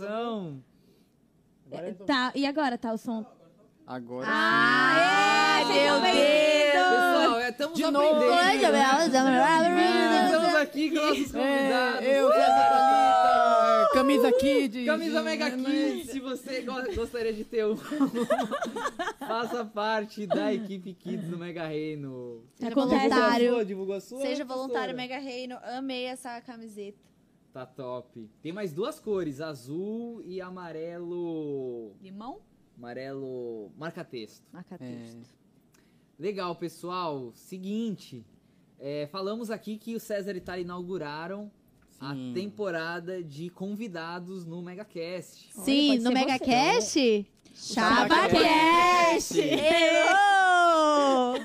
Ação. É, Tá, e agora tá o som? Agora Ah, é, Meu Deus! é, Pessoal, estamos aprendendo. Estamos aqui com nossos convidados. É, eu, César Palita, camisa Kid. Camisa de- Mega Kids, se você go- gostaria de ter um, faça parte da equipe Kids do Mega Reino. É Era Divulga a voluntário. sua, divulga a sua. Seja professora. voluntário, Mega Reino. Amei essa camiseta. Tá top. Tem mais duas cores, azul e amarelo. Limão? Amarelo marca-texto. Marca É. Legal, pessoal. Seguinte, é, falamos aqui que o César e Itália inauguraram Sim. a temporada de convidados no MegaCast. Olha, Sim, pode no ser MegaCast? Chabacast! Errou!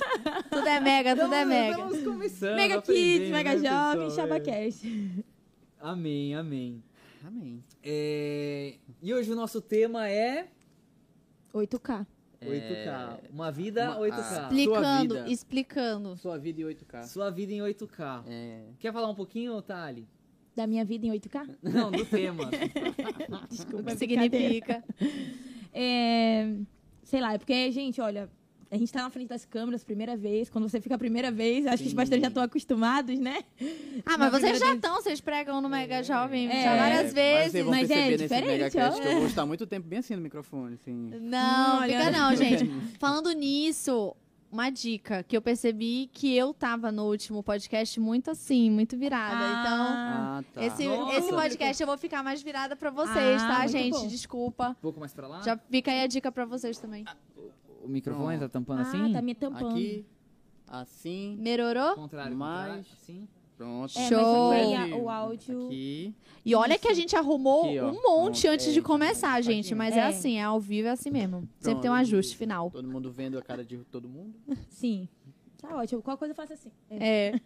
tudo é mega, tudo é Então, mega. Estamos começando. Mega aprendendo, Kids, né, Mega Jovem, pessoal? É. Chabacast. Amém, amém. Amém. É, E hoje o nosso tema é 8K. 8K. É, Uma vida uma- 8K. Explicando, vida. explicando. Sua vida em 8K. Sua vida em 8K. É. Quer falar um pouquinho, Thali? Da minha vida em 8K? Não, do tema. O Desculpa, que brincadeira. significa? É, sei lá, é porque, gente, olha, a gente tá na frente das câmeras primeira vez. Quando você fica a primeira vez, acho que os Sim. pastores já estão acostumados, né? Na Ah, mas vocês primeira já estão, vocês pregam no Mega Jovem É. já É, várias Mas vocês vezes. vão Mas é perceber nesse diferente, Megacast ó. que eu vou estar muito tempo bem assim no microfone, assim. Não, Não, fica olha- não, gente. Falando nisso, uma dica que eu percebi que eu tava no último podcast muito assim, muito virada. então, Ah, Ah, tá. esse, Nossa. esse podcast eu vou ficar mais virada pra vocês, Ah, tá, muito gente? bom. Desculpa. Um pouco mais pra lá? Já fica aí a dica pra vocês também. O microfone tá tampando Ah, assim? tá me tampando. Aqui, assim, Melhorou? Contrário, Mais. contrário. Sim. pronto. É, Show. mas aqui, a- o áudio... Aqui. E olha que a gente arrumou Aqui, ó. um monte Pronto. antes É, de começar, aqui, gente. ó. Mas é. É. assim, é ao vivo, é assim mesmo. Sempre Pronto. tem um ajuste final. Todo mundo vendo a cara de todo mundo. Sim. Tá ótimo. Qualquer coisa eu faço assim. É. É.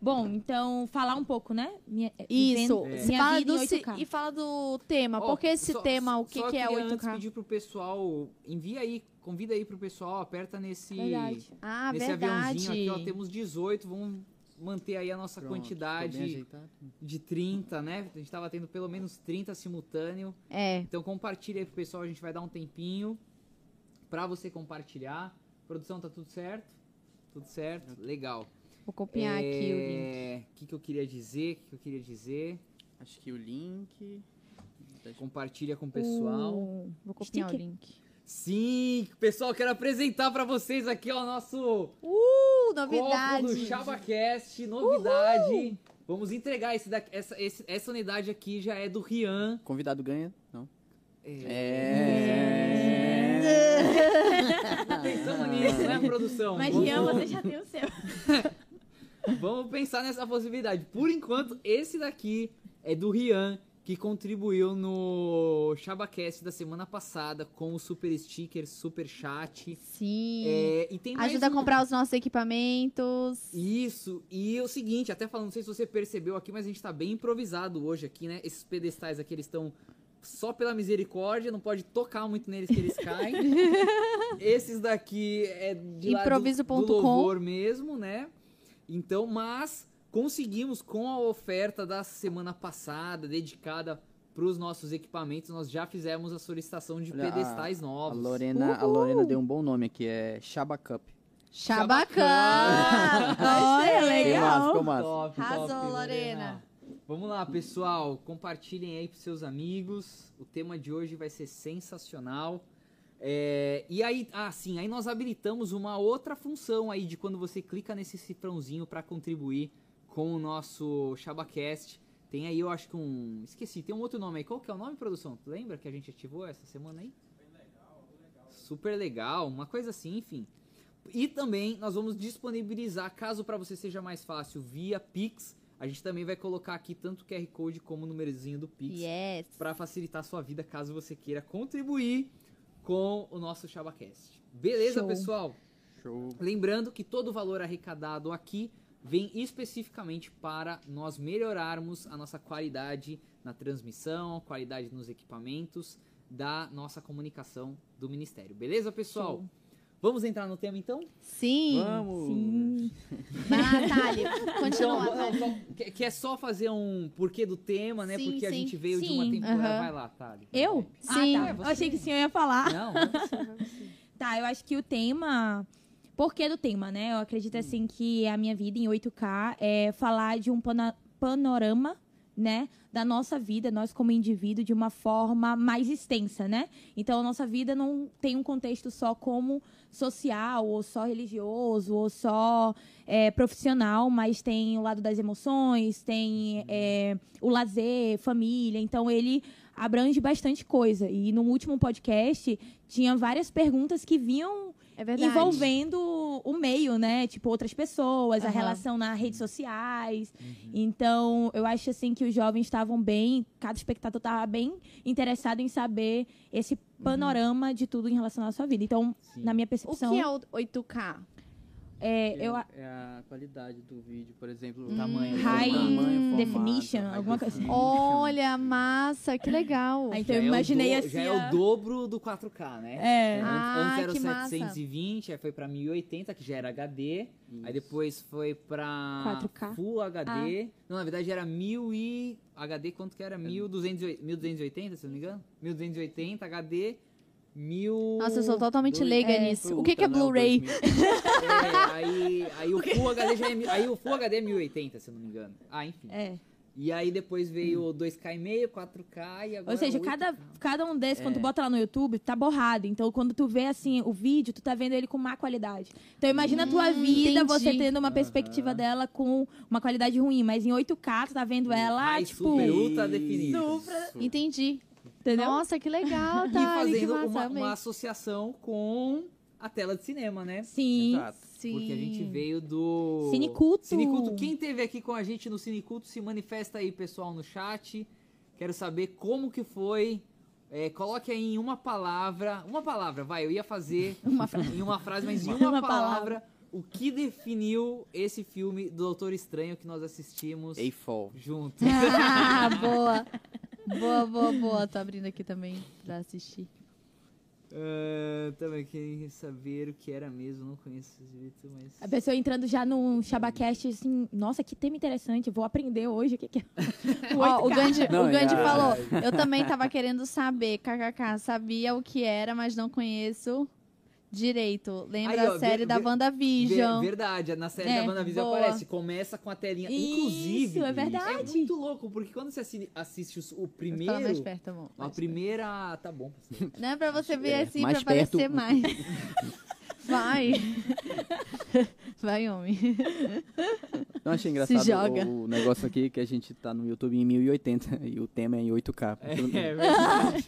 Bom, então, falar um pouco, né? Minha- Isso. vivendo- É. Se Minha fala vida do em se- 8K. e fala do tema. Ó, Por que esse só- tema, o que, só que é queria antes 8K? pedir pro pessoal, envia aí, convida aí pro pessoal, aperta nesse, Verdade. Ah, nesse verdade. aviãozinho aqui, ó, um temos 18, vamos manter aí a nossa Pronto, ficou bem quantidade ajeitado. de 30, né? A gente tava tendo pelo menos 30 simultâneo. É. Então compartilha aí pro pessoal, a gente vai dar um tempinho pra você compartilhar. Produção, tá tudo certo? Tudo Tá. certo? Legal. Vou copiar aqui o link. É, o que, que eu queria dizer? O que, que eu queria dizer? Acho que o link. Deixa Compartilha com o pessoal. O- Vou copiar Sticker. o Uh, link. Sim, pessoal, quero apresentar pra vocês aqui ó, o nosso copo Uh, do novidade. ChabaCast, novidade. Vamos entregar esse daqui- essa, esse- essa unidade aqui já é do Rian. eu- Convidado ganha? Não. É. Pensamos nisso, né, produção? Mas, Vamos- Rian, Então, você já tem o seu. Vamos pensar nessa possibilidade. Por enquanto, esse daqui é do Rian, que contribuiu no Chabacast da semana passada com o super sticker, super chat. Sim. É, e tem mais Ajuda a um- comprar os nossos equipamentos. Isso, e é o seguinte, até falando, não sei se você percebeu aqui, mas a gente tá bem improvisado hoje aqui, né? Esses pedestais aqui, eles estão só pela misericórdia, não pode tocar muito neles que eles caem. Esses daqui é de lá do- Improviso.com. do louvor mesmo, né? Então, mas conseguimos com a oferta da semana passada, dedicada pros nossos equipamentos, nós já fizemos a solicitação de Olha, a- pedestais A novos. Lorena, a Lorena deu um bom nome aqui, é Shaba Cup. Chabacana! Olha, Ficou legal. massa, ficou massa. Top, Arrasou, top, Lorena. Vamos lá, pessoal. Compartilhem aí pros seus amigos. O tema de hoje vai ser sensacional. É, e aí, ah, sim, aí nós habilitamos uma outra função aí de quando você clica nesse cifrãozinho para contribuir com o nosso Chabacast. Tem aí, eu acho que um. Esqueci, tem um outro nome aí. Qual que é o nome, produção? Tu lembra que a gente ativou essa semana aí? Super legal, uma coisa assim, enfim. E também nós vamos disponibilizar, caso para você seja mais fácil, via Pix. A gente também vai colocar aqui tanto o QR Code como o númerozinho do Pix Yes. para facilitar a sua vida, caso você queira contribuir com o nosso Chabacast. Beleza, Show. pessoal? Show. Lembrando que todo o valor arrecadado aqui vem especificamente para nós melhorarmos a nossa qualidade na transmissão, qualidade nos equipamentos da nossa comunicação do Ministério. Beleza, pessoal? Show. Vamos entrar no tema então? Sim. Vamos! Sim. Vai lá, Natália. Continua, Então, Natália. não, só- que, que é só fazer um porquê do tema, né? Sim, Porque a sim. gente veio de uma Sim, temporada. aham. Vai lá, Thali. Eu? Sim. Ah, tá. Eu achei que sim, eu ia falar. Não, Tá, eu acho que o tema. Por que do tema, né? Eu acredito assim que a minha vida em 8K é falar de um pana- panorama, né? Da nossa vida, nós como indivíduo, de uma forma mais extensa, né? Então a nossa vida não tem um contexto só como social, ou só religioso, ou só é, profissional, mas tem o lado das emoções, tem é, o lazer, família. Então ele abrange bastante coisa. E no último podcast tinha várias perguntas que vinham É verdade. envolvendo o meio, né? Tipo, outras pessoas, a Aham. relação nas redes sociais. Então, eu acho assim que os jovens estavam bem, cada espectador estava bem interessado em saber esse panorama de tudo em relação à sua vida. Então, sim. na minha O que percepção, é o 8K? é, eu, É, é a qualidade do vídeo, por exemplo, Hum, Tamanho, high tamanho, definition, formato, high alguma coisa Então. definition. Olha, massa, que legal. Aí- Já Então eu é o imaginei do- assim, Já é ó. o dobro do 4K, né? é, Antes- Ah, Antes que era massa. 720, aí foi pra 1080, que já era HD. Aí depois foi pra 4K. Full HD. Ah. Não, na verdade era 1000 e... HD quanto que É. era? 1280, 1280, se eu não me engano? 1280, HD, 1000... Nossa, eu sou totalmente Blu- leiga É, nisso. Foi o que, que é Ultra, né, o Blu-ray? 2000. É, aí, aí o Full HD já é... mil- Aí o Full HD é 1080, se eu não me engano. Ah, enfim. é. E aí depois veio o 2K,5, 4K e agora é Ou seja, 8K. cada, cada um desses, quando tu bota lá no YouTube, tá borrado. Então, quando tu vê, assim, o vídeo, tu tá vendo ele com má qualidade. Então, imagina a tua Hum, vida, entendi. você tendo uma Aham. Hum, perspectiva dela com uma qualidade ruim. Mas em 8K, tu tá vendo ela, Ai, tipo... super Entendeu? ultra definido. Entendi. Nossa, que legal, E tá? que fazendo massa, uma, amei. uma associação com a tela de cinema, né? Sim. Exato. Sim. Porque a gente veio do. Cineculto. Cineculto. Quem teve aqui com a gente no Cineculto, se manifesta aí, pessoal, no chat. Quero saber como que foi. É, coloque aí em uma palavra. Uma palavra, vai, eu ia fazer Uma frase. em uma frase, mas em uma, Uma palavra, palavra. o que definiu esse filme do Doutor Estranho que nós assistimos A Fall. juntos. Ah, boa. Boa, boa, boa. Tô abrindo aqui também pra assistir. Ah, também queria saber o que era mesmo, não conheço esse jeito, mas. A pessoa entrando já num Shabacast, assim... Nossa, que tema interessante. Vou aprender hoje o que, que é o Ó, o 8K. Gandhi, Não, o Gandhi já- falou, eu também tava querendo saber, kkk, sabia o que era, mas não conheço direito. Lembra Aí, ó, a série ver- da ver- WandaVision. Ver- verdade, na série É, da WandaVision boa. aparece, começa com a telinha. Isso, Inclusive, é bicho, verdade. muito louco, porque quando você assi- assiste os- o Fala mais primeiro. perto, amor. A mais primeira. Tá bom. pessoal. perto. Não é pra você ver É, assim, mais pra parecer perto. mais. Vai. Vai, homem. Eu achei engraçado joga. O, o negócio aqui que a gente tá no YouTube em 1080 e o tema é em 8K. Tudo, É, bem, é verdade.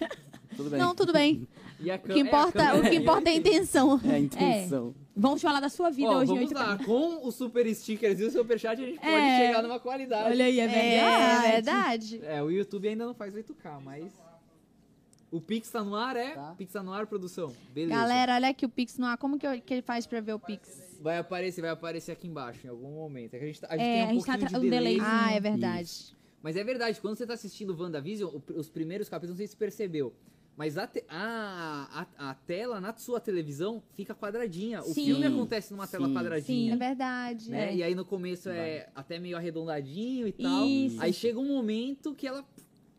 tudo bem. Não, tudo bem. E a O câ- que é, a importa, câmera- o que importa é a intenção. É a intenção. Vamos falar da sua vida Ó, hoje em vamos 8K. lá, com os super stickers e o superchat, a gente pode É. chegar numa qualidade. Olha aí, é verdade. É verdade. É, o YouTube ainda não faz 8K, mas. O Pix tá no ar, é? Tá. Pix tá no ar, produção. Beleza. Galera, olha aqui o Pix no ar. Como que, eu- que ele faz pra ver o Pix? Vai aparecer, vai aparecer aqui embaixo em algum momento. É que a gente, tá- a gente É, tem um a gente tá pouquinho tra- de um delay. delayzinho. Ah, é verdade. Mas é verdade, quando você tá assistindo WandaVision, o pr- os primeiros capítulos, não sei se percebeu. Mas a, te- a, a, a tela na sua televisão fica quadradinha. O Sim. filme acontece numa tela Sim. quadradinha. É verdade. Né? E aí no começo é até meio arredondadinho e tal. Isso. Aí chega um momento que ela.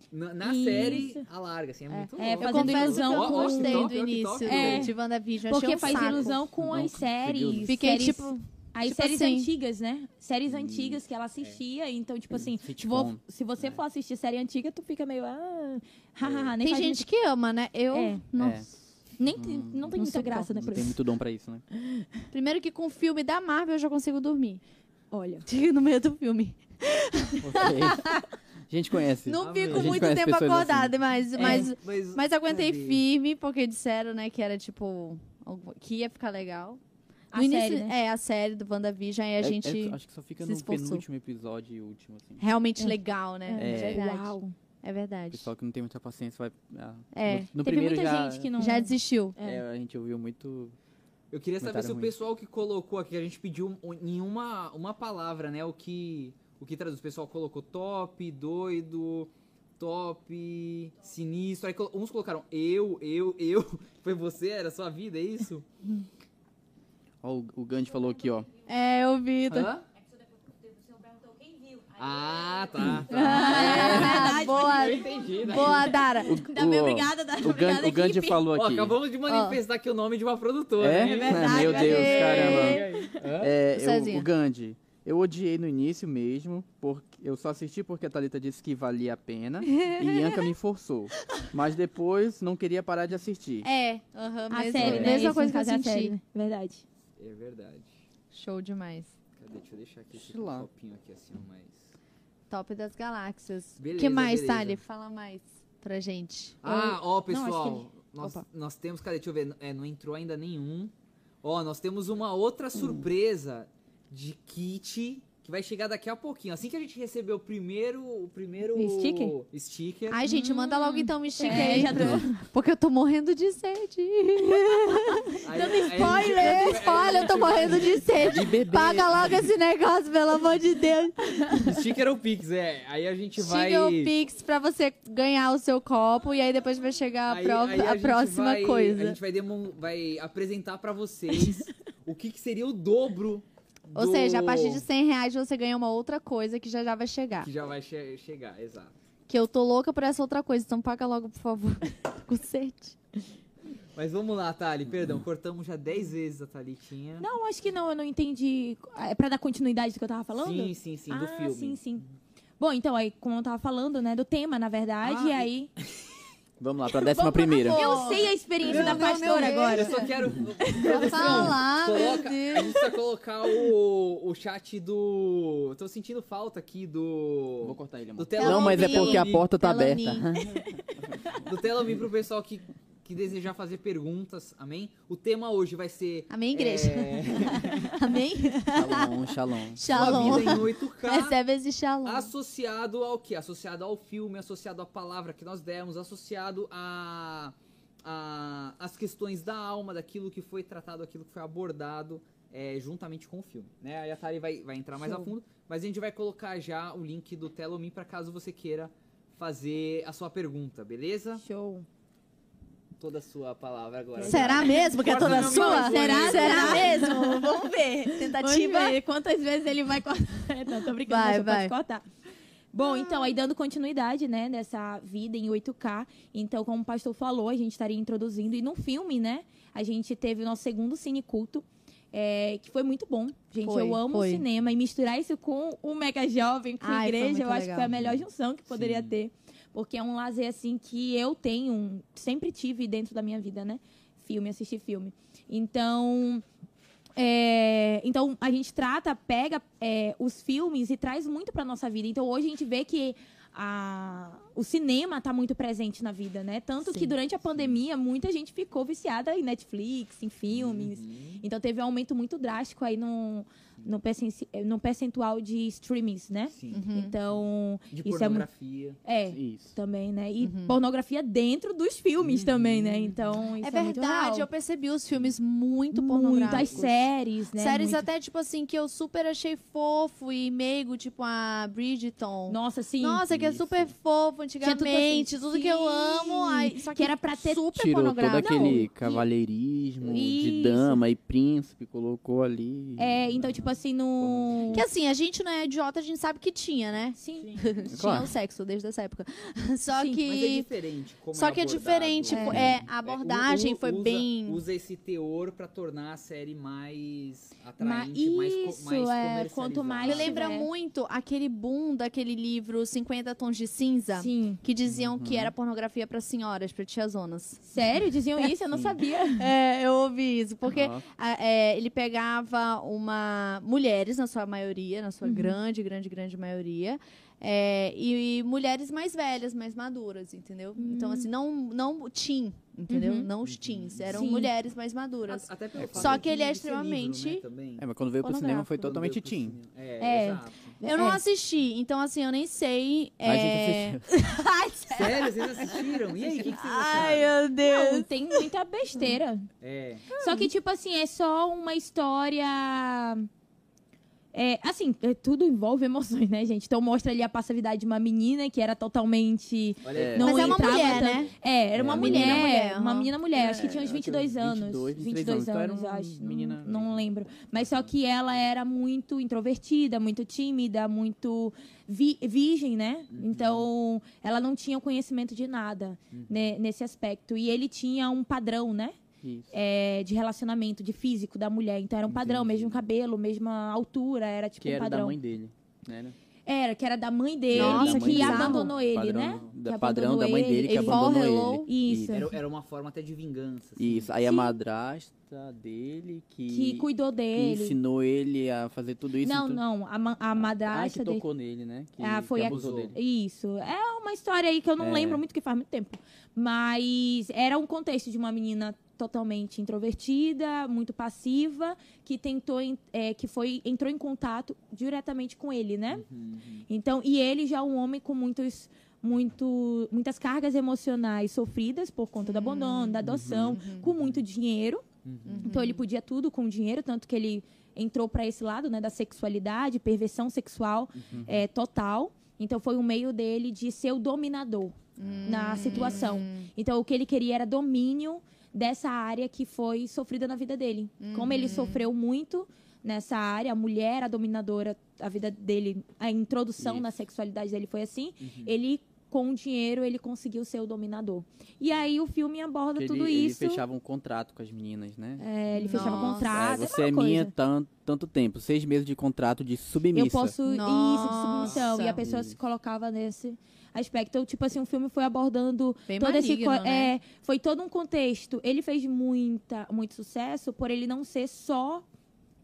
Na, na Isso. série, alarga, assim, é, É, muito é, louco. fazendo Eu confesso que eu ilusão Ó, não ó, com- gostei top, ó, do que top, início É. do WandaVision. Achei Porque um faz saco. ilusão com Não as séries. conseguiu. Fiquei séries- tipo. As tipo séries assim. antigas, né? Séries antigas que ela assistia, então, tipo assim, É. Uhum. Sitcom. É. vou- se você for assistir série antiga, tu fica meio. Ah, hahaha, nem Tem faz gente que ama, né? Eu. É. Nossa. muito- nem tem- não tem Não muita suporto. graça, né? Hum, Não Por tem isso. muito dom pra isso, né? Primeiro que com o filme da Marvel eu já consigo dormir. Olha. No meio do filme. Ok. A gente conhece. Não Amei. A fico gente muito conhece tempo pessoas acordada, mas, mas, É, Mas, mas aguentei Cadê? firme, porque disseram, né, que era tipo. alguma- Que ia ficar legal. A No início- série, né? É, a série do WandaVision, aí a É- é- gente. acho que só fica se no esforçou. penúltimo episódio e último, assim. É. Realmente legal, né? É. verdade. Uau. É O verdade. pessoal que não tem muita paciência vai. ah, É. No, no Teve primeiro muita já. gente que não. Já desistiu. é, a gente ouviu muito. Eu queria saber Comentário se o ruim. pessoal que colocou aqui, a gente pediu um- em uma, uma palavra, né? O que, o que traduz. O pessoal colocou top, doido, top, sinistro. Aí colo- uns colocaram eu, eu, eu. Foi você? Era a sua vida, é isso? Ó, o, o Gandhi falou aqui, ó. É, eu vi. Hã? tá- Ah, tá. tá. Ah, É boa, Eu entendi, né? boa, Dara. Dá bem o- obrigada, dá O, Gan, obrigada, o Gandhi equipe. falou Ó, aqui. acabamos de manifestar aqui o nome de uma produtora. É? né? verdade, Meu né? Deus, caramba. Hã? É, eu- Cezinha. o Gandhi. Eu odiei no início mesmo, porque eu só assisti porque a Thalita disse que valia a pena e Yanka me forçou. Mas depois não queria parar de assistir. É, aham, A mesmo- série, né? mesma Esse, coisa no que eu caso, é a série, senti. né? Verdade. É verdade. Show demais. Cadê? Deixa eu deixar aqui esse Sei lá. copinho aqui assim, ó, mais. Top das galáxias. O Beleza, que mais, beleza. Thali? Fala mais pra gente. Ah, ó, acho que pessoal. ele- Nós, Opa. nós temos, cadê? Deixa eu ver. É, não entrou ainda nenhum. Ó, nós temos uma Hum. outra surpresa de kit que vai chegar daqui a pouquinho. Assim que a gente receber o primeiro. O primeiro. Sticker? sticker. Ai, gente, manda logo então me estica é, aí. já tô- Porque eu tô morrendo de sede. Aí- dando aí a gente- Spoiler! Spoiler, eu tô morrendo de sede. De bebê. Paga logo esse negócio, pelo amor de Deus. Sticker ou Pix, é. Aí a gente vai. Chega o Pix pra você ganhar o seu copo e aí depois vai chegar a, Aí- prova- aí a gente próxima vai- coisa. A gente vai, demo- vai apresentar pra vocês o que, que seria o dobro. Ou do- seja, a partir de 100 reais você ganha uma outra coisa que já já vai chegar. Que já vai che- chegar, exato. Que eu tô louca por essa outra coisa, então paga logo, por favor. Com sede. Mas vamos lá, Thali, perdão, cortamos já 10 vezes a Thalitinha. Não, acho que não, eu não entendi. É pra dar continuidade do que eu tava falando? Sim, sim, sim, do ah, filme. sim, sim. Bom, então, aí, como eu tava falando, né, do tema, na verdade, Ah, e aí... Vamos lá, pra décima Vamos pra- primeira. Eu sei a experiência Não, da não, pastora não, agora. Eu só quero. Ah, Produção, Fala, meu coloca- Deus. A gente precisa colocar o, o chat do. Tô sentindo falta aqui Vou do. cortar ele, Do amor. telão. Não, mas é porque a Telão. porta tá Telão. aberta. Do Telami pro pessoal que, que desejar fazer perguntas, amém? O tema hoje vai ser. Amém, igreja? É, Amém? Shalom, shalom. Tá sua Shalom. vida em 8K. Recebe esse shalom. Hum. Associado ao que? Associado ao filme, associado à palavra que nós demos, associado a, a as questões da alma, daquilo que foi tratado, aquilo que foi abordado é, juntamente com o filme. Né? Aí a Tari vai, vai entrar mais a Show. fundo, mas a gente vai colocar já o link do Telomin para caso você queira fazer a sua pergunta, beleza? Show. Toda a sua palavra agora. Será mesmo que é toda Corta sua? meu Será? microfone. Será mesmo? Vamos ver. Tentativa? Vamos ver quantas vezes ele vai cortar. É, Não, tô brincando, Vai, você pode vai. cortar. Bom, então, aí dando continuidade, né, dessa vida em 8K. Então, como o pastor falou, a gente estaria introduzindo. E no filme, né, a gente teve o nosso segundo cineculto, é, que foi muito bom. Gente, Foi, eu amo foi. cinema. E misturar isso com o Mega Jovem, com a Ai, foi igreja, muito eu acho que legal. foi a melhor junção que poderia Sim. ter. Porque é um lazer, assim, que eu tenho, sempre tive dentro da minha vida, né? Filme, assistir filme. Então, é, então a gente trata, pega é, os filmes e traz muito para nossa vida. Então hoje a gente vê que a- o cinema está muito presente na vida, né? Tanto que Sim. durante a pandemia muita gente ficou viciada em Netflix, em filmes. Uhum. Então teve um aumento muito drástico aí no, no, percenci- no percentual de streamings, Uhum. né? Sim. Então, De Isso é muito- pornografia. é, Isso. também, né? E pornografia dentro dos filmes também, né? Então, isso Uhum. É é, muito real. verdade, eu percebi os filmes muito Muitas pornográficos. séries, né? Séries Muito- até, tipo assim, que eu super achei fofo e meigo, tipo a Bridgeton. Nossa, sim. Nossa, que é Isso. super fofo antigamente, Tinha tudo, tudo assim, que eu sim. amo. Ai, só que, Que era pra ter super Tirou todo pornográfico. aquele tá Não, e- cavalheirismo Isso. de dama e príncipe, colocou ali. É, então, tipo assim, no. Que assim, a gente não é idiota, a gente sabe que tinha, né? Sim. Tinha Claro. o sexo desde essa época. Só Mas Sim, é que. diferente. como só que é abordado. diferente. né? tipo, É. É, a abordagem u- foi usa- bem. Usa esse teor pra tornar a série mais Ma- atraente, mais, co- mais isso, é, quanto mais- Me comercializada. lembra né? muito aquele boom daquele livro 50 Tons de Cinza. Sim. Uhum. Que diziam que era pornografia pra senhoras, pra tiazonas. Sério? Diziam isso? Eu não sabia. É, eu ouvi isso. Porque Ó, a- é, ele pegava uma... Mulheres, na sua maioria, na sua grande, grande, grande maioria. é, e, e mulheres mais velhas, mais maduras, entendeu? Então, assim, não, não teen, entendeu? Uhum. Não os teens. Eram Sim. mulheres mais maduras. A- Até pelo fato Só de que ele é ser livro, né, extremamente- também. É, mas quando veio pro cinema foi totalmente Quando veio teen. pro cinema. É, É. exato. Eu não É. assisti, então, assim, eu nem sei... A é, gente assistiu. Sério, vocês assistiram? E aí, o que, que vocês Ai, acharam? meu Deus. Não, tem muita besteira. É, Só que, tipo assim, é só uma história. É, assim, é, tudo envolve emoções, né, gente? Então mostra ali a passividade de uma menina que era totalmente. olha aí. Não Mas é uma entrava mulher, tanto- né? É, Era uma, Uma mulher, menina mulher, uma aham. menina mulher, acho que tinha uns É, acho que 22 anos. 22, 22, 23 anos, então era anos, uma acho. menina- Não, não lembro. Mas só que ela era muito introvertida, muito tímida, muito vi- virgem, né? Uhum. Então, ela não tinha conhecimento de nada Uhum. né, nesse aspecto. E ele tinha um padrão, né? Isso. é, de relacionamento, de físico da mulher. Então era um padrão, Entendi. mesmo cabelo, mesma altura, era tipo que um era da padrão. mãe dele. Né? né? Era, que era da mãe dele, Nossa, da que mãe dele. abandonou ele, Padrão né? do- Da, Que padrão da abandonou mãe ele. dele que Ele abandonou falou- ele. Isso. Era, era uma forma até de vingança. assim. Isso. Aí a Sim. madrasta dele que, Que cuidou que dele. ensinou ele a fazer tudo isso. não, tudo... não, a, ma- a Ah, madrasta que dele. tocou nele, né? Que, Ah, foi que a- abusou dele. Isso. É uma história aí que eu não É. lembro muito, que faz muito tempo. Mas era um contexto de uma menina totalmente introvertida, muito passiva, que tentou, en- é, que foi, entrou em contato diretamente com ele, né? Uhum. Então, e ele já é um homem com muitos, muito, muitas cargas emocionais sofridas por conta do Uhum. abandono, da adoção, com muito dinheiro. Então ele podia tudo com dinheiro, tanto que ele entrou para esse lado, né, da sexualidade, perversão sexual Uhum. é, total. Então foi um meio dele de ser o dominador Hum. Hum. na situação. Então o que ele queria era domínio dessa área que foi sofrida na vida dele. Como Uhum. ele sofreu muito nessa área, a mulher era dominadora, a vida dele, a introdução Isso. Uhum. na sexualidade dele foi assim. Ele com o dinheiro ele conseguiu ser o dominador. E aí o filme aborda Que tudo ele, isso. ele fechava um contrato com as meninas, né? É, ele fechava Nossa. Ah, contrato. você uma é minha coisa. tan- tanto tempo, seis meses de contrato de submissa. Eu posso isso de submissão. Nossa. E a pessoa se colocava nesse aspecto. Então, tipo assim, o filme foi abordando Hum, Bem todo esse. maligno, co- né? é, foi todo um contexto. Ele fez muita, muito sucesso por ele não ser só.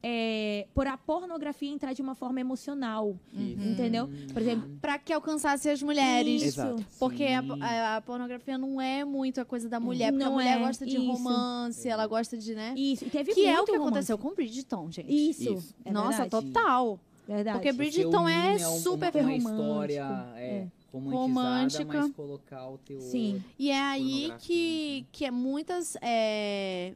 é, por a pornografia entrar de uma forma emocional. Hum. Isso. Entendeu? Por exemplo, Pra que alcançasse as mulheres. Isso. Exato. Porque a, Sim. a- a pornografia não é muito a coisa da mulher, porque Não a mulher é, gosta de isso. romance, ela gosta de, né? isso. E teve Que é muito o que romance. aconteceu com Bridgeton, gente. Isso. Isso. É Nossa, verdade. total. Verdade. Porque Você Bridgerton é unir, né, um- super uma, uma romântico, história é, é. romantizada, mas Romântica. colocar o teu Sim. E é aí Pornográfico, que, que é muitas é,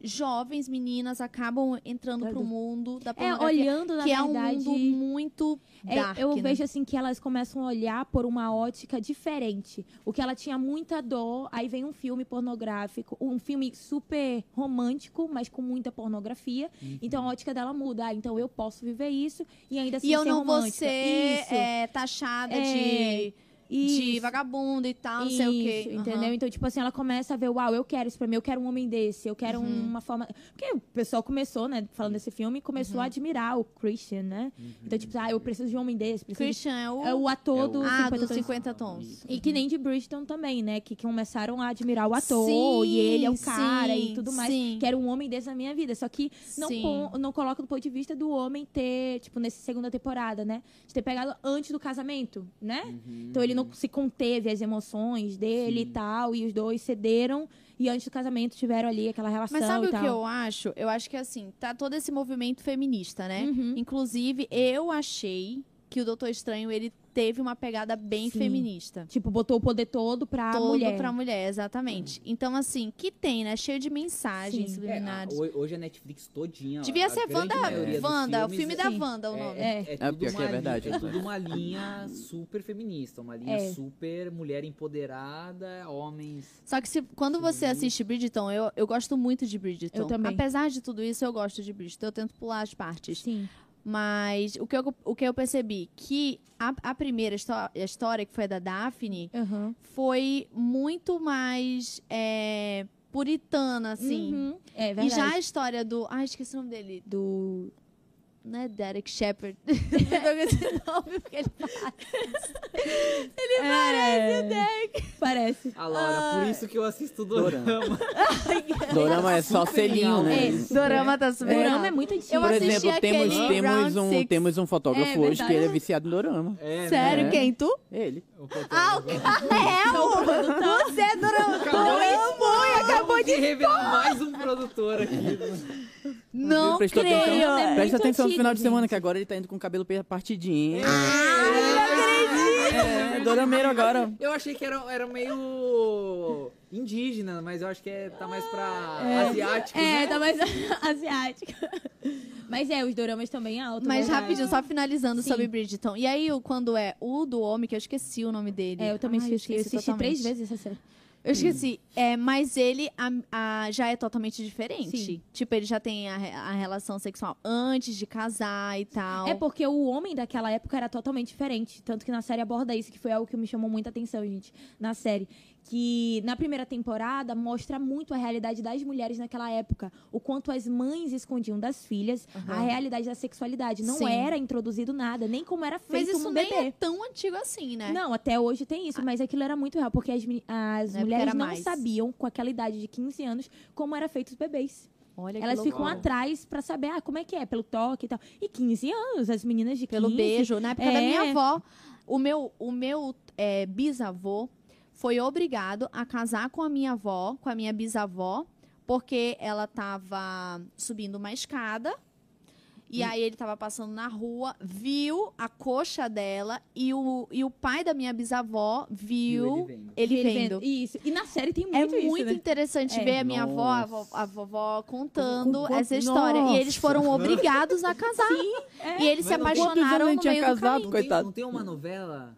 jovens meninas acabam entrando Tá pro do- mundo da É, pornografia. olhando, na que é um verdade. mundo muito É, dark, eu né? vejo assim que elas começam a olhar por uma ótica diferente. O que ela tinha muita dor, aí vem um filme pornográfico, um filme super romântico, mas com muita pornografia. Então a ótica dela muda. Ah, então eu posso viver isso e ainda assim E eu ser não vou romântica. ser isso, é, taxada É, de, de isso, vagabunda e tal, não sei o quê. isso, Aham. Entendeu? Então, tipo assim, ela começa a ver, uau, eu quero isso pra mim, eu quero um homem desse, eu quero Uhum. uma forma. Porque o pessoal começou, né, falando desse filme, começou Uhum. a admirar o Christian, né? Então, tipo, ah, eu preciso de um homem desse, preciso de Christian é o... é o ator É o- do ah, 50 dos Tons. 50 tons. Isso. E que nem de Bridgeton também, né? Que, que começaram a admirar o ator Sim, e ele é o cara sim, e tudo mais. sim. Que era um homem desse na minha vida. Só que não, Sim. com- não coloca do ponto de vista do homem ter, tipo, nessa segunda temporada, né? De ter pegado antes do casamento, né? Então ele não Uhum. se conteve as emoções dele e tal. E os dois cederam. E antes do casamento tiveram ali aquela relação Mas sabe e o tal. que eu acho? Eu acho que assim, tá todo esse movimento feminista, né? Uhum. Inclusive, eu achei que o Doutor Estranho, ele teve uma pegada bem Sim. feminista. Tipo, botou o poder todo pra todo mulher. pra mulher, exatamente. Então, assim, que tem, né? Cheio de É, Sim. mensagens a- subliminares. ho- hoje a Netflix todinha. Devia a ser grande Wanda, maioria dos Wanda, o filmes filme é- da Sim. Wanda, o nome. É. É, tudo pior que é uma verdade, linha- né? É tudo uma linha super feminista, uma linha É. super mulher empoderada, homens. Só que se- quando você assiste Bridgeton, eu, eu gosto muito de Bridgeton. Eu também. Apesar de tudo isso, eu gosto de Bridgeton. Eu tento pular as partes. Sim. Mas o que eu, o que eu percebi? Que a, a primeira histó- a história, que foi a da Daphne, Aham. foi muito mais é, puritana, assim. Uhum. É E verdade. já a história do. Ai, esqueci o nome dele. Do Não é Derek Shepard. Eu esqueci o nome porque ele É. Parece. Ah, Laura, por isso que eu assisto Dorama. Dorama. Dorama é só Super selinho, legal. né? É. Dorama tá O super. Dorama é muito antigo. Eu Por assisti exemplo, temos, aquele temos, Round um, Six. temos um fotógrafo É hoje verdade. que ele é viciado em dorama. É É, Sério, né? quem? Tu? Ele. Ah, o É, cara Você é Dorama. acabou de revelar mais um produtor aqui. Não Prestou creio. né? atenção, É presta muito atenção no antigo, final de semana, gente. que agora ele tá indo com o cabelo pe- partidinho. É, É, dorameiro agora. Eu achei que era, era meio indígena, mas eu acho que é, tá mais pra asiático, É, né? tá mais asiática. Mas é, os doramas também é alto. Mas né? rapidinho, só finalizando Sim. sobre Bridgeton. E aí, o- quando é o do homem, que eu esqueci o nome dele. É, eu também Ai, esqueci. Eu assisti totalmente. três vezes essa série. Eu esqueci. É, mas ele a- a- já é totalmente diferente. Sim. Tipo, ele já tem a, re- a relação sexual antes de casar e tal. É porque o homem daquela época era totalmente diferente. Tanto que na série aborda isso, que foi algo que me chamou muita atenção, gente, na série. Que na primeira temporada mostra muito a realidade das mulheres naquela época. O quanto as mães escondiam das filhas a Aham. realidade da sexualidade. Não Sim. era introduzido nada, nem como era mas feito isso um nem bebê. é tão antigo assim, né? Não, até hoje tem isso, mas aquilo era muito real, porque as, meni- as Na época mulheres era não mais. sabiam, com aquela idade de 15 anos, como era feito os bebês. Olha Elas loucura. ficam atrás pra saber, ah, como é que é, pelo toque e tal. E 15 anos, as meninas de 15... Pelo beijo. Na época da É. minha avó, o meu, o meu é, bisavô foi obrigado a casar com a minha avó, com a minha bisavó, porque ela tava subindo uma escada. E Hum. aí ele tava passando na rua, viu a coxa dela e o, e o pai da minha bisavó ele viu vendo. ele, Ele vendo. vendo. Isso. E na série tem muito É isso, muito né? interessante É. ver a minha avó, a, vo- Nossa. a vovó contando Com- com- essa história. E eles foram obrigados a casar. é. E eles se Mas não- apaixonaram no ele meio tinha do caminho. casado, Não tem, coitado. não tem uma novela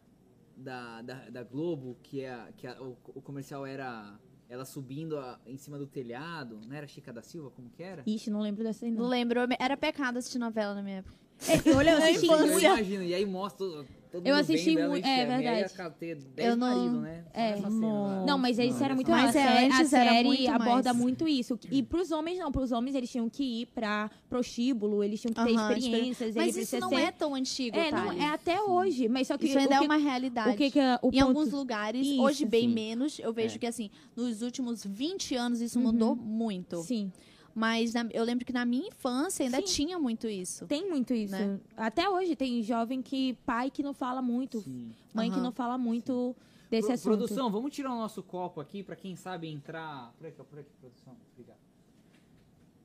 da, da, da Globo que, é a, que a- o, o comercial era ela subindo a- em cima do telhado? Não era Chica da Silva? Como que era? Ixi, não lembro dessa aí, Não não. lembro, eu me- era pecado assistir novela na minha época. É, olha, eu Na assisti... Eu infância. imagino. E aí mostra todo todo Eu mundo assisti vendo ela muito- e é enxerga. E aí verdade. acaba ter 10 Eu não- marido, né? Só é. nessa cena, né? Não, mas isso era essa muito não. Mas massa. é, a antes era série muito mais. aborda muito isso. E pros homens não, pros homens eles tinham que ir pra prostíbulo, eles tinham que ter Aham, experiências, Mas eles isso precisam não ser- é tão antigo, É, não, Thales. é até hoje, mas só que Isso o ainda é que- uma o realidade. que, que é o em ponto- alguns lugares, Isso, hoje bem sim. menos, eu vejo É. que assim, nos últimos 20 anos isso mudou muito. Uhum. Sim, Mas na- eu lembro que na minha infância ainda Sim. tinha muito isso. tem muito isso. Né? Até hoje tem jovem que pai que não fala muito, Sim. mãe que Aham. não fala muito desse Pro- assunto. Produção, vamos tirar o nosso copo aqui pra quem sabe entrar. Por aqui, ó, por aqui, produção. Obrigado.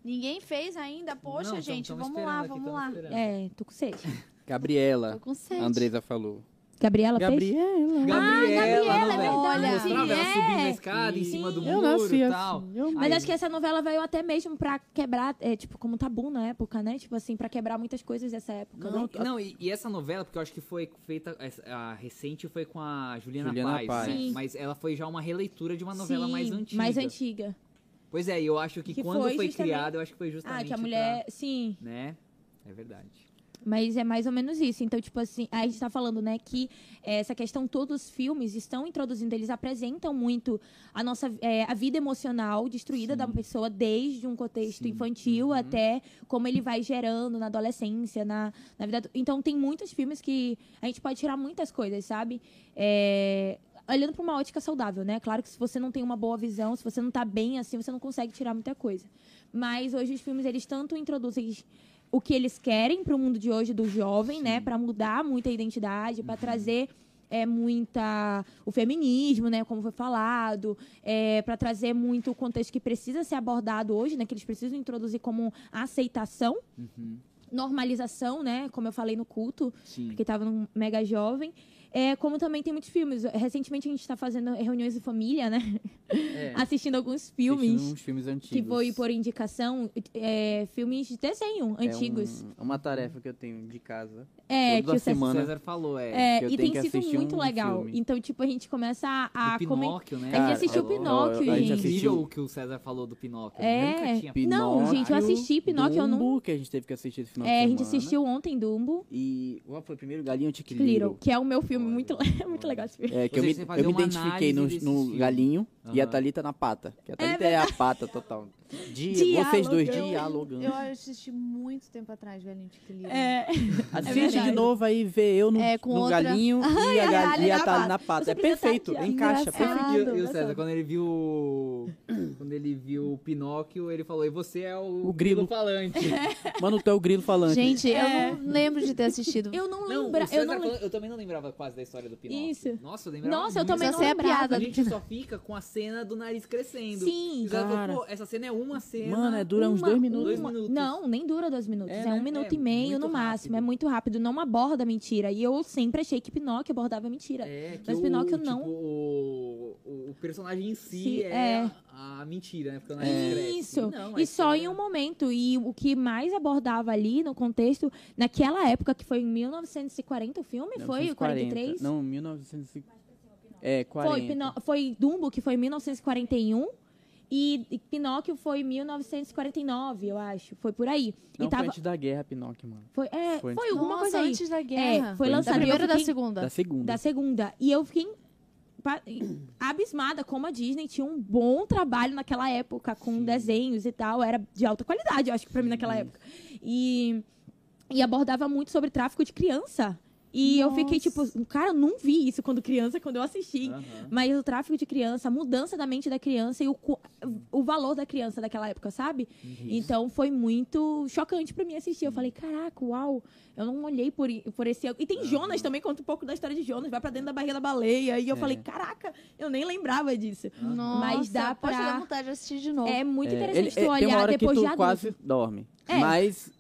Ninguém fez ainda, poxa, então Não, tamo- gente, tamo vamos esperando lá, aqui, vamos tamo lá. esperando. É, tô com sede. Tô Gabriela, com sede. a Andresa falou. Ah, Gabriela fez? Gabriela. Gabriela, Gabriela, novela. é verdade. Mostrava ela É. subindo a escada em Sim. cima do Eu muro nasci e tal. assim. Eu... Mas Aí. acho que é essa novela veio até mesmo pra quebrar, é, tipo, como tabu na época, né? Tipo assim, pra quebrar muitas coisas dessa época. Não, né? e- não, e, e essa novela, porque eu acho que foi feita, essa- a recente foi com a Juliana, Juliana Paz, Paes. né? Sim. mas ela foi já uma releitura de uma novela Sim, mais antiga. Mais antiga. Pois é, e eu acho que, Que quando foi, foi justamente- criada, eu acho que foi justamente Ah, que a mulher. Sim. pra- né? É verdade. Mas é mais ou menos isso. Então, tipo assim, a gente tá falando, né, que eh, essa questão, todos os filmes estão introduzindo, eles apresentam muito a nossa eh, a vida emocional destruída da pessoa, desde um contexto Sim. infantil até como ele vai gerando na adolescência, na, na vida. Então, tem muitos filmes que a gente pode tirar muitas coisas, sabe? Eh, Olhando pra uma ótica saudável, né? Claro que se você não tem uma boa visão, se você não tá bem assim, você não consegue tirar muita coisa. Mas hoje os filmes, eles tanto introduzem o que eles querem para o mundo de hoje do jovem, né? Para mudar muita identidade, para trazer é, muita o feminismo, né? Como foi falado, é, para trazer muito o contexto que precisa ser abordado hoje, né? Que eles precisam introduzir como aceitação, normalização, né? Como eu falei no culto, Sim. porque estava num mega jovem. É, como também tem muitos filmes. Recentemente a gente está fazendo reuniões em família, né? É. Assistindo alguns filmes Uns filmes antigos. que vou ir por indicação, é, filmes de desenho É um- antigos. uma tarefa que eu tenho de casa. É, Toda que O o César semana. César falou, é. É, que eu e tenho tem que sido assistir muito um legal. filme. Então, tipo, a gente começa a do comentar. Pinóquio, né? A gente Cara, assistiu eu- Pinóquio, eu- Ah, a gente É gente. incrível o que o César falou do Pinóquio. É. Eu nunca tinha Não, gente, eu assisti Pinóquio, eu não- Dumbo, que a gente teve que assistir esse final de É, a gente semana. assistiu ontem Dumbo, E qual foi o primeiro? Galinho Chick Little, Little. que é o meu filme muito, le- é muito olha. legal esse filme. É, que eu Ou me, seja, você fazer eu me uma identifiquei no, análise no desses galinho e a Aham. Thalita na pata. Que a Thalita é, a pata total. Di- Dialogando. vocês dois Eu- dialogando. assisti muito tempo atrás, Galinho de É, Assiste verdade. de novo aí, vê eu no, É, com no outra- galinho e a, gal... Thalita e a na Thalita na pata. Você É precisa é perfeito, estar- encaixa. engraçado. perfeito. E, o- e o Engraçado. César, quando ele viu. o- Quando ele viu o Pinóquio, ele falou: E você é o, O grilo. falante. Mano, tu é o grilo falante. Gente, É. eu não lembro de ter assistido. eu não Não, o lembro, César eu não lembro. falou- assim, eu também não lembrava quase da história do Pinóquio. Isso. Nossa, eu lembrava. Nossa, eu muito. também Só não sei a lembrava. piada A gente só fica com a cena do nariz crescendo. Sim. O César falou, Cara. pô, essa cena é uma cena. Mano, é dura uns Uma- dois minutos. Dois uma- minutos. Não, nem dura dois minutos. É, É, né? um minuto É e meio no muito máximo. rápido. É muito rápido. Não aborda mentira. E eu sempre achei que Pinóquio abordava mentira. É, que Mas o, Pinóquio tipo, não. O, o, o personagem em si Sim, é, é. A, a mentira, né? Porque o nariz cresce. Isso. Não, é a é e só em história- um momento. E o que mais abordava ali no contexto, naquela época, que foi em 1940 o filme, foi o 43? Não, 1950. É, 40. Foi, Pino- foi Dumbo, que foi em 1941. E e Pinóquio foi em 1949, eu acho. Foi por aí. Não, e tava. foi antes da guerra, Pinóquio, mano. Foi, é, Foi foi, antes- alguma Nossa, coisa aí. antes da guerra. É, foi Foi antes da lançado. e eu primeira ou da fiquei- segunda? Da segunda. Da segunda. E eu fiquei pa- abismada como a Disney tinha um bom trabalho naquela época com desenhos e tal. Era de alta qualidade, eu acho que pra mim naquela época. E, e abordava muito sobre tráfico de criança. E eu fiquei Nossa. tipo, cara, eu não vi isso quando criança, quando eu assisti. Ah. Mas o tráfico de criança, a mudança da mente da criança e o, cu- o valor da criança daquela época, sabe? Uhum. Então foi muito chocante pra mim assistir. Eu falei, caraca, uau, eu não olhei por, i- por esse. E tem Jonas também, conta um pouco da história de Jonas, vai pra dentro da barriga da baleia. E eu É. falei, caraca, eu nem lembrava disso. um Nossa, Mas dá Pode pra- dar vontade de assistir de novo. É muito É, interessante tu ele- é, olhar tem uma hora depois que tu de adulto. quase dorme. É. Mas,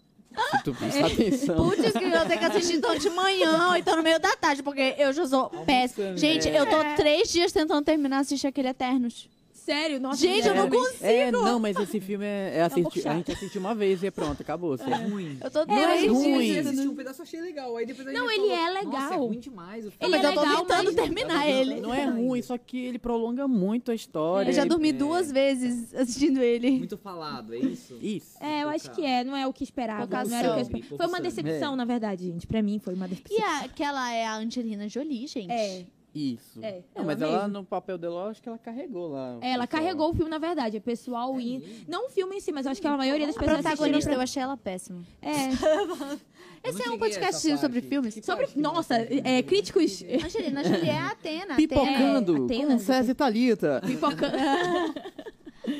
se tu prestar atenção... Putz, que eu tenho que assistir então de manhã ou então no meio da tarde, porque eu já sou né? péssima. Gente, eu tô três dias tentando terminar de assistir aquele Eternos. Sério, nossa. Gente, eu não É, sério. É, não, mas esse filme é, é um pouco assisti- a chato. gente assistiu uma vez e é pronto, acabou. É sabe? ruim. Eu Não, tô três eu dias. assisti, ruim. assisti um pedaço, achei legal. Aí depois a Não, gente ele falou, é "Nossa, legal. é ruim demais. o filme". Ele mas é eu tô legal, tentando mas- terminar ele. Não é ruim, só que ele prolonga muito a história. Eu já ele- dormi é, duas vezes assistindo ele. Muito falado, é isso? Isso. É, eu acho que é, não é o que esperava. Pouca Não era o que eu sangue, esperava. pouco Foi uma sangue. decepção, É. na verdade, gente. Pra mim foi uma decepção. E aquela é a Angelina Jolie, gente. É. Isso. É, não, ela mas ela, mesma. no papel dela, eu acho que ela carregou lá. o pessoal. Ela carregou o filme, na verdade. É pessoal in- Não o filme em si, mas eu acho que a maioria das A pessoas assistiram protagonista, eu achei ela péssima. pra... É. Eu não Esse é um cheguei podcast a essa sobre parte. tá filmes? Sobre... Nossa, é, críticos... Angelina Jolie é a Atena. Atena. É, Pipocando Atenas, com César e Thalita.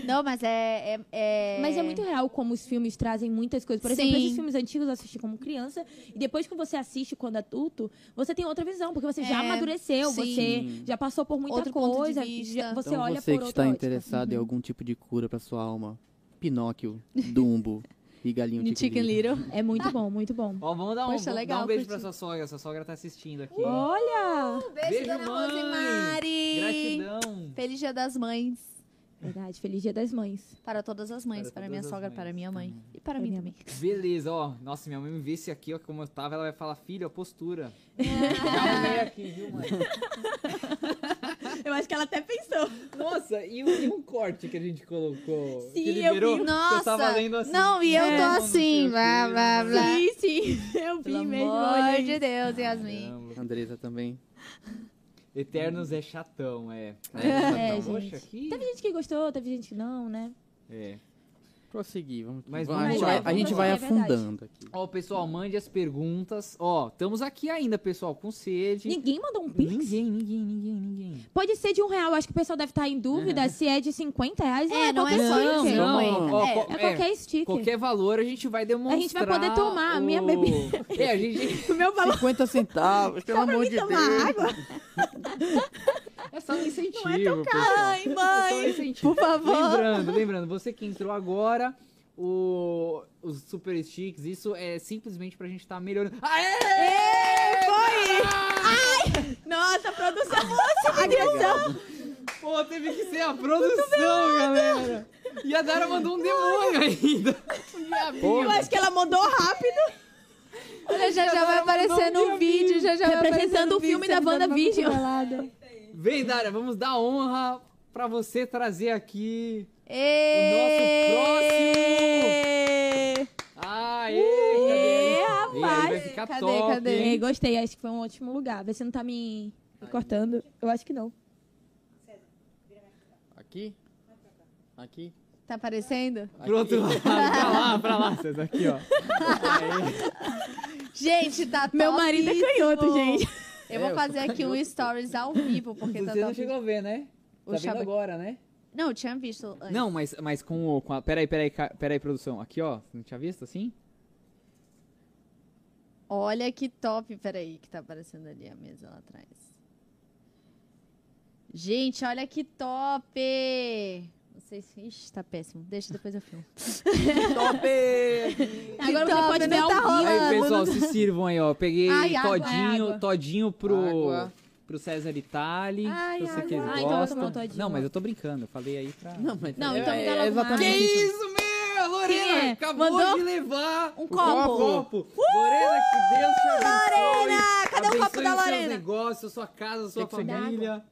Não, mas é, é- é- Mas é muito real como os filmes trazem muitas coisas. Por exemplo, Sim. esses filmes antigos eu assisti como criança. E depois que você assiste quando adulto, você tem outra visão. Porque você já É, amadureceu, sim. você já passou por muita Outro ponto coisa. de vista. já- você então olha você por que outra está ótica. interessado em algum tipo de cura pra sua alma, Pinóquio, Dumbo e Galinho No Chicken Little. É muito bom, muito bom. Ó, vamos dar um, Poxa, vamos legal, dar um beijo curti. pra sua sogra. Sua sogra tá assistindo aqui. Olha! Beijo, Um dona mãe. Rosemary. Gratidão. Feliz Dia das Mães. Verdade, feliz dia das mães. Para todas as mães. Para Para, minha todas as sogra, mães para minha mãe. E para Pra mim minha também. Beleza, ó. Nossa, minha mãe me vê esse aqui, ó, como eu tava, ela vai falar, filho, ó, postura. Já arrumei aqui, viu, mãe? Eu acho que ela até pensou. Nossa, e, um- e um corte que a gente colocou? Sim, que eu liberou, vi. que Eu tava lendo assim. Não, e eu tô Não, não sei assim. o Blá, quê, blá, não. blá. Sim, sim. Eu vi Pelo mesmo. amor olha de isso. Deus, Yasmin. Caramba. Andresa também. Eternos é chatão, é. É, chatão. gente. Poxa, que... Teve gente que gostou, teve gente que não, né? É. Prosseguir, vamos, Mas vamos- a vamos gente lá, vai- vamos a gente lá. vai É verdade. afundando aqui. Ó, pessoal, mande as perguntas. Ó, estamos aqui ainda, pessoal, com sede. Ninguém mandou um pix? Ninguém, ninguém, ninguém, ninguém. Pode ser de um real. Acho que o pessoal deve estar em dúvida se é de 50 reais ou É, não é qualquer só sticker. isso, não, mãe. ó, É. qual- É qualquer sticker. Qualquer valor a gente vai demonstrar. A gente vai poder tomar a minha o- bebida. É, a gente. O meu valor 50 centavos, pelo amor de Deus. É só um incentivo. Não é tão caro, Ai, mãe. Por favor. Lembrando, lembrando, você que entrou agora, o, os super sticks, isso é simplesmente pra gente estar melhorando. Aê! Foi! Nossa, produção. assim, Pô, teve que ser a produção, galera. E a Dara mandou um demônio ainda. Eu acho que ela mandou rápido. Olha, já já vai aparecer no vídeo. Já já vai aparecer Representando no o filme vídeo, da tá me dando banda uma Vision. Vem, Dara, vamos dar honra pra você trazer aqui Ê! Aê, Ah, é, cadê? Ih, aí vai rapaz. ficar é, Cadê, top, cadê? hein? É, gostei, acho que foi um ótimo lugar. Vê se não tá me me cortando. Eu acho que não. Aqui? Aqui? Tá aparecendo? Pro outro lado, pra lá, pra lá, César, aqui, ó. Gente, tá Meu marido é topíssimo. canhoto, gente. Eu É, vou eu fazer sou aqui um stories ao vivo, porque tá Você não topíssimo. chegou a ver, né? O Tá vendo Chaba- agora, né? Não, eu tinha visto antes. Não, mas, mas com o. Com a... Peraí, peraí, ca- peraí, produção. Aqui, ó. Não tinha visto assim? Olha que top, peraí, que tá aparecendo ali a mesa lá atrás. Gente, olha que top! Não sei se. Ixi, tá péssimo. Deixa depois eu filmo. Top! né? Agora você top, pode ver não ao tá vivo. Aí, pessoal, se sirvam aí, ó. Peguei Ai, água, todinho, água. todinho pro. Água. Pro César Itali. Ai, se você água. que Ah, então eu vou gosta. tomar um todinho, não, mas ó. eu tô brincando. Eu falei aí pra. Não, mas Não, é, então me dá é logo exatamente mais. isso, meu? A Quem é? Mandou? levar Um copo. Lorena, que Deus te abençoe. Lorena, cadê o copo da Lorena? seus negócios, sua casa, sua Que que você família.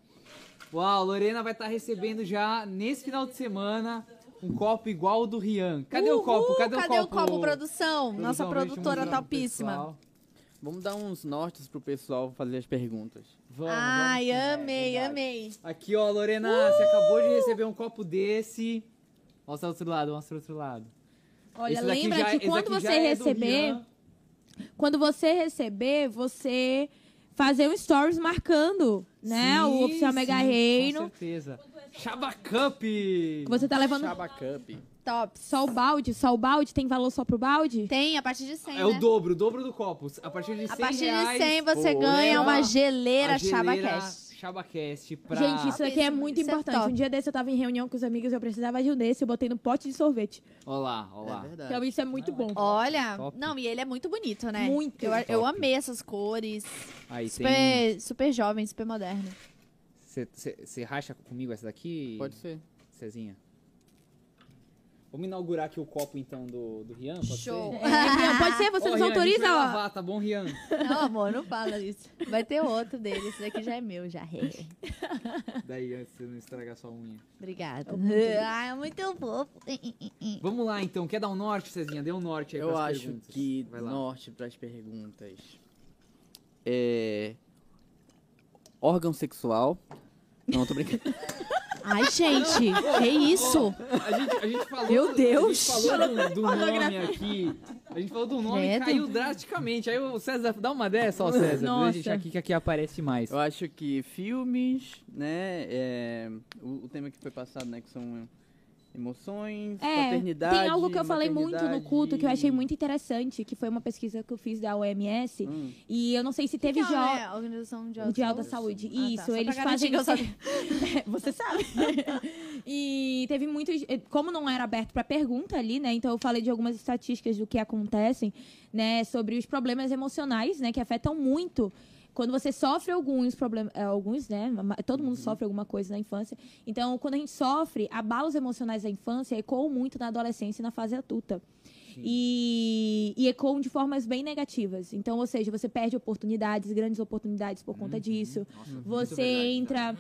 Uau, Lorena vai estar recebendo já nesse final de semana um copo igual ao do Rian. Cadê o copo? Uhul, Cadê, o copo? produção? produção? Nossa Vamos produtora mostrar pro topíssima. pessoal. Vamos dar uns nortes pro pessoal fazer as perguntas. Vamos, Ai, vamos. é amei, verdade. amei. Aqui, ó, Lorena, Uh! você acabou de receber um copo desse. Mostra do outro lado, mostra do outro lado. Olha, Esse daqui lembra já- que esse quando daqui você já é do receber, Rian. quando você receber, você fazer um stories marcando, né? o Sim, oficial Mega sim, Com Reino. certeza. Chaba Cup! que Você tá levando Chaba Cup. Tops. só o balde? Só o balde? Tem valor só pro balde? Tem, a partir de 100, É o né? dobro, o dobro do copo. A partir de 100 A partir de reais, 100 você Pô, ganha legal. uma geleira, a geleira ChabaCast. ChabaCast pra... Gente, isso aqui é muito Isso é importante. top. um dia desse eu tava em reunião com os amigos e eu precisava de um desse, eu botei no pote de sorvete. Olha lá, olha lá. É verdade. Então isso é muito bom. Olha, Top. não, e ele é muito bonito, né? Muito. Eu, eu Top. amei essas cores. Aí tem... Super, super jovem, super moderno. Você racha comigo essa daqui, Pode ser. Cezinha? Vamos inaugurar aqui o copo, então, do, do Rian, pode Show. ser? É, Rian, pode ser, você Ó, nos Rian, a gente autoriza, vai ó. lavar, tá bom, Rian? Não, amor, não fala isso. Vai ter outro dele. Esse daqui já é meu, já. Daí, antes de você não estragar sua unha. Obrigada. Ah, é muito fofo. Vamos lá, então. Quer dar um norte, Cezinha? Dê um norte aí Eu pras acho perguntas. que Vai lá. norte para as perguntas é órgão sexual. Não, tô brincando. Ai, gente, que isso? A gente, a gente falou. Meu Deus! A gente falou do, do nome aqui. A gente falou do nome e Credo. caiu drasticamente. Aí o César, dá uma dessa, ó, César. Nossa. Deixa a gente aqui que aqui aparece mais. Eu acho que filmes, né? é, o, o tema que foi passado, né? Que são emoções, É, paternidade. tem algo que eu falei muito no maternidade. culto que eu achei muito interessante, que foi uma pesquisa que eu fiz da OMS. Hum. E eu não sei se teve Que é uma, jogos. né, Organização Mundial Mundial da Saúde. Saúde. Ah, tá. Isso, Só pra eles garantir fazem. que eu sabia. É, Você sabe. e teve muitos. eh, Como não era aberto para pergunta ali, né? Então eu falei de algumas estatísticas do que acontecem, né? Sobre os problemas emocionais, né? Que afetam muito. Quando você sofre alguns problemas. Alguns, né? ma- Todo mundo sofre alguma coisa na infância. Então, quando a gente sofre, abalos emocionais da infância ecoam muito na adolescência e na fase adulta. E, e ecoam de formas bem negativas. Então, ou seja, você perde oportunidades, grandes oportunidades por conta disso. Você entra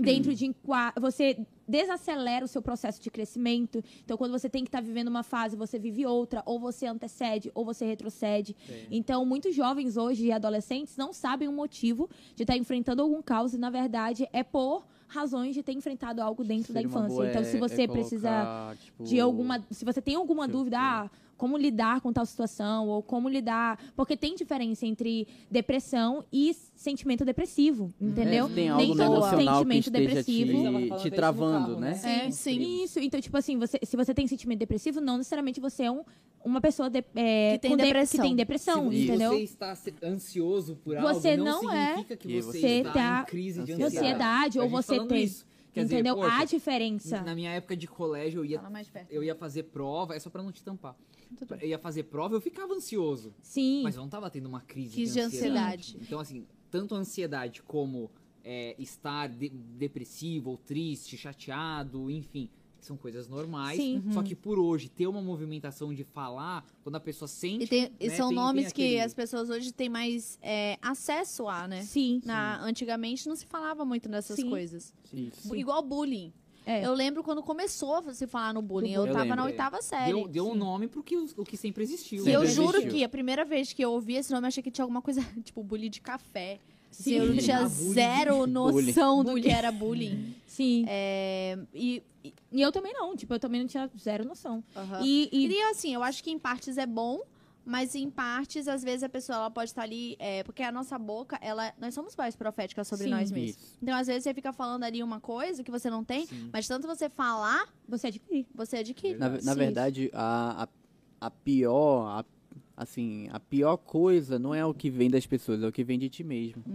dentro de enqua- você desacelera o seu processo de crescimento. Então, quando você tem que estar vivendo uma fase, você vive outra, ou você antecede, ou você retrocede. tá? Então, muitos jovens hoje e adolescentes não sabem o motivo de estar enfrentando algum caos e, na verdade, é por razões de ter enfrentado algo dentro da Seria uma infância. boa então, é- se é você precisa colocar, tipo, de alguma, se você tem alguma Deixa eu dúvida, ver. ah, como lidar com tal situação ou como lidar, porque tem diferença entre depressão e sentimento depressivo, entendeu? É. Tem Nem algo no todo emocional que sentimento esteja depressivo. Ela tava te, falando te isso no travando, carro, né? né? Sim, sim. Isso, então, tipo assim, você, se você tem sentimento depressivo, não necessariamente você é um- uma pessoa de- é, Que tem com de- depressão. que tem depressão, Se entendeu? você está se- ansioso por algo, Você não, não é. significa que Que você, você está tá- em crise de Ansiedade. ansiedade. Ansiedade, ou A gente você falando tem, isso. Quer dizer, entendeu? poxa, Há diferença. né? Na minha época de colégio, eu ia, Fala mais perto. eu ia fazer prova, é só pra não te tampar. Tudo bem. Eu ia fazer prova, eu ficava ansioso. Sim. Mas eu não tava tendo uma crise Crise de de ansiedade. ansiedade. Então, assim, tanto a ansiedade como é, estar de- depressivo ou triste, chateado, enfim, são coisas normais. Sim. Uhum. Só que por hoje, ter uma movimentação de falar, quando a pessoa sente. E, tem- e né, são tem- tem nomes que aquele- as pessoas hoje têm mais é, acesso a, né? Sim. Na, antigamente não se falava muito nessas Sim. coisas. Isso. Bu- Igual bullying. É. Eu lembro quando começou a se falar no bullying. Eu, Eu tava lembro, na é. oitava série. Deu, deu um nome pro que, o que sempre existiu. E eu Sempre juro existiu. que a primeira vez que eu ouvi esse nome, eu achei que tinha alguma coisa, tipo, bullying de café. Assim, Sim. eu não tinha Ah, bullying. zero noção do Bullying. que era bullying. Sim. É, e, e, E eu também não, tipo, eu também não tinha zero noção. aham. E, e- E assim, eu acho que em partes é bom, mas em partes, às vezes, a pessoa ela pode estar ali. é, porque a nossa boca, ela. Nós somos mais proféticas sobre Sim. nós mesmos. Isso. Então, às vezes, você fica falando ali uma coisa que você não tem, Sim. mas tanto você falar, você adquire. você adquire. Na, na Sim. verdade, a, a, a pior, a- assim, a pior coisa não é o que vem das pessoas, é o que vem de ti mesmo. Aham.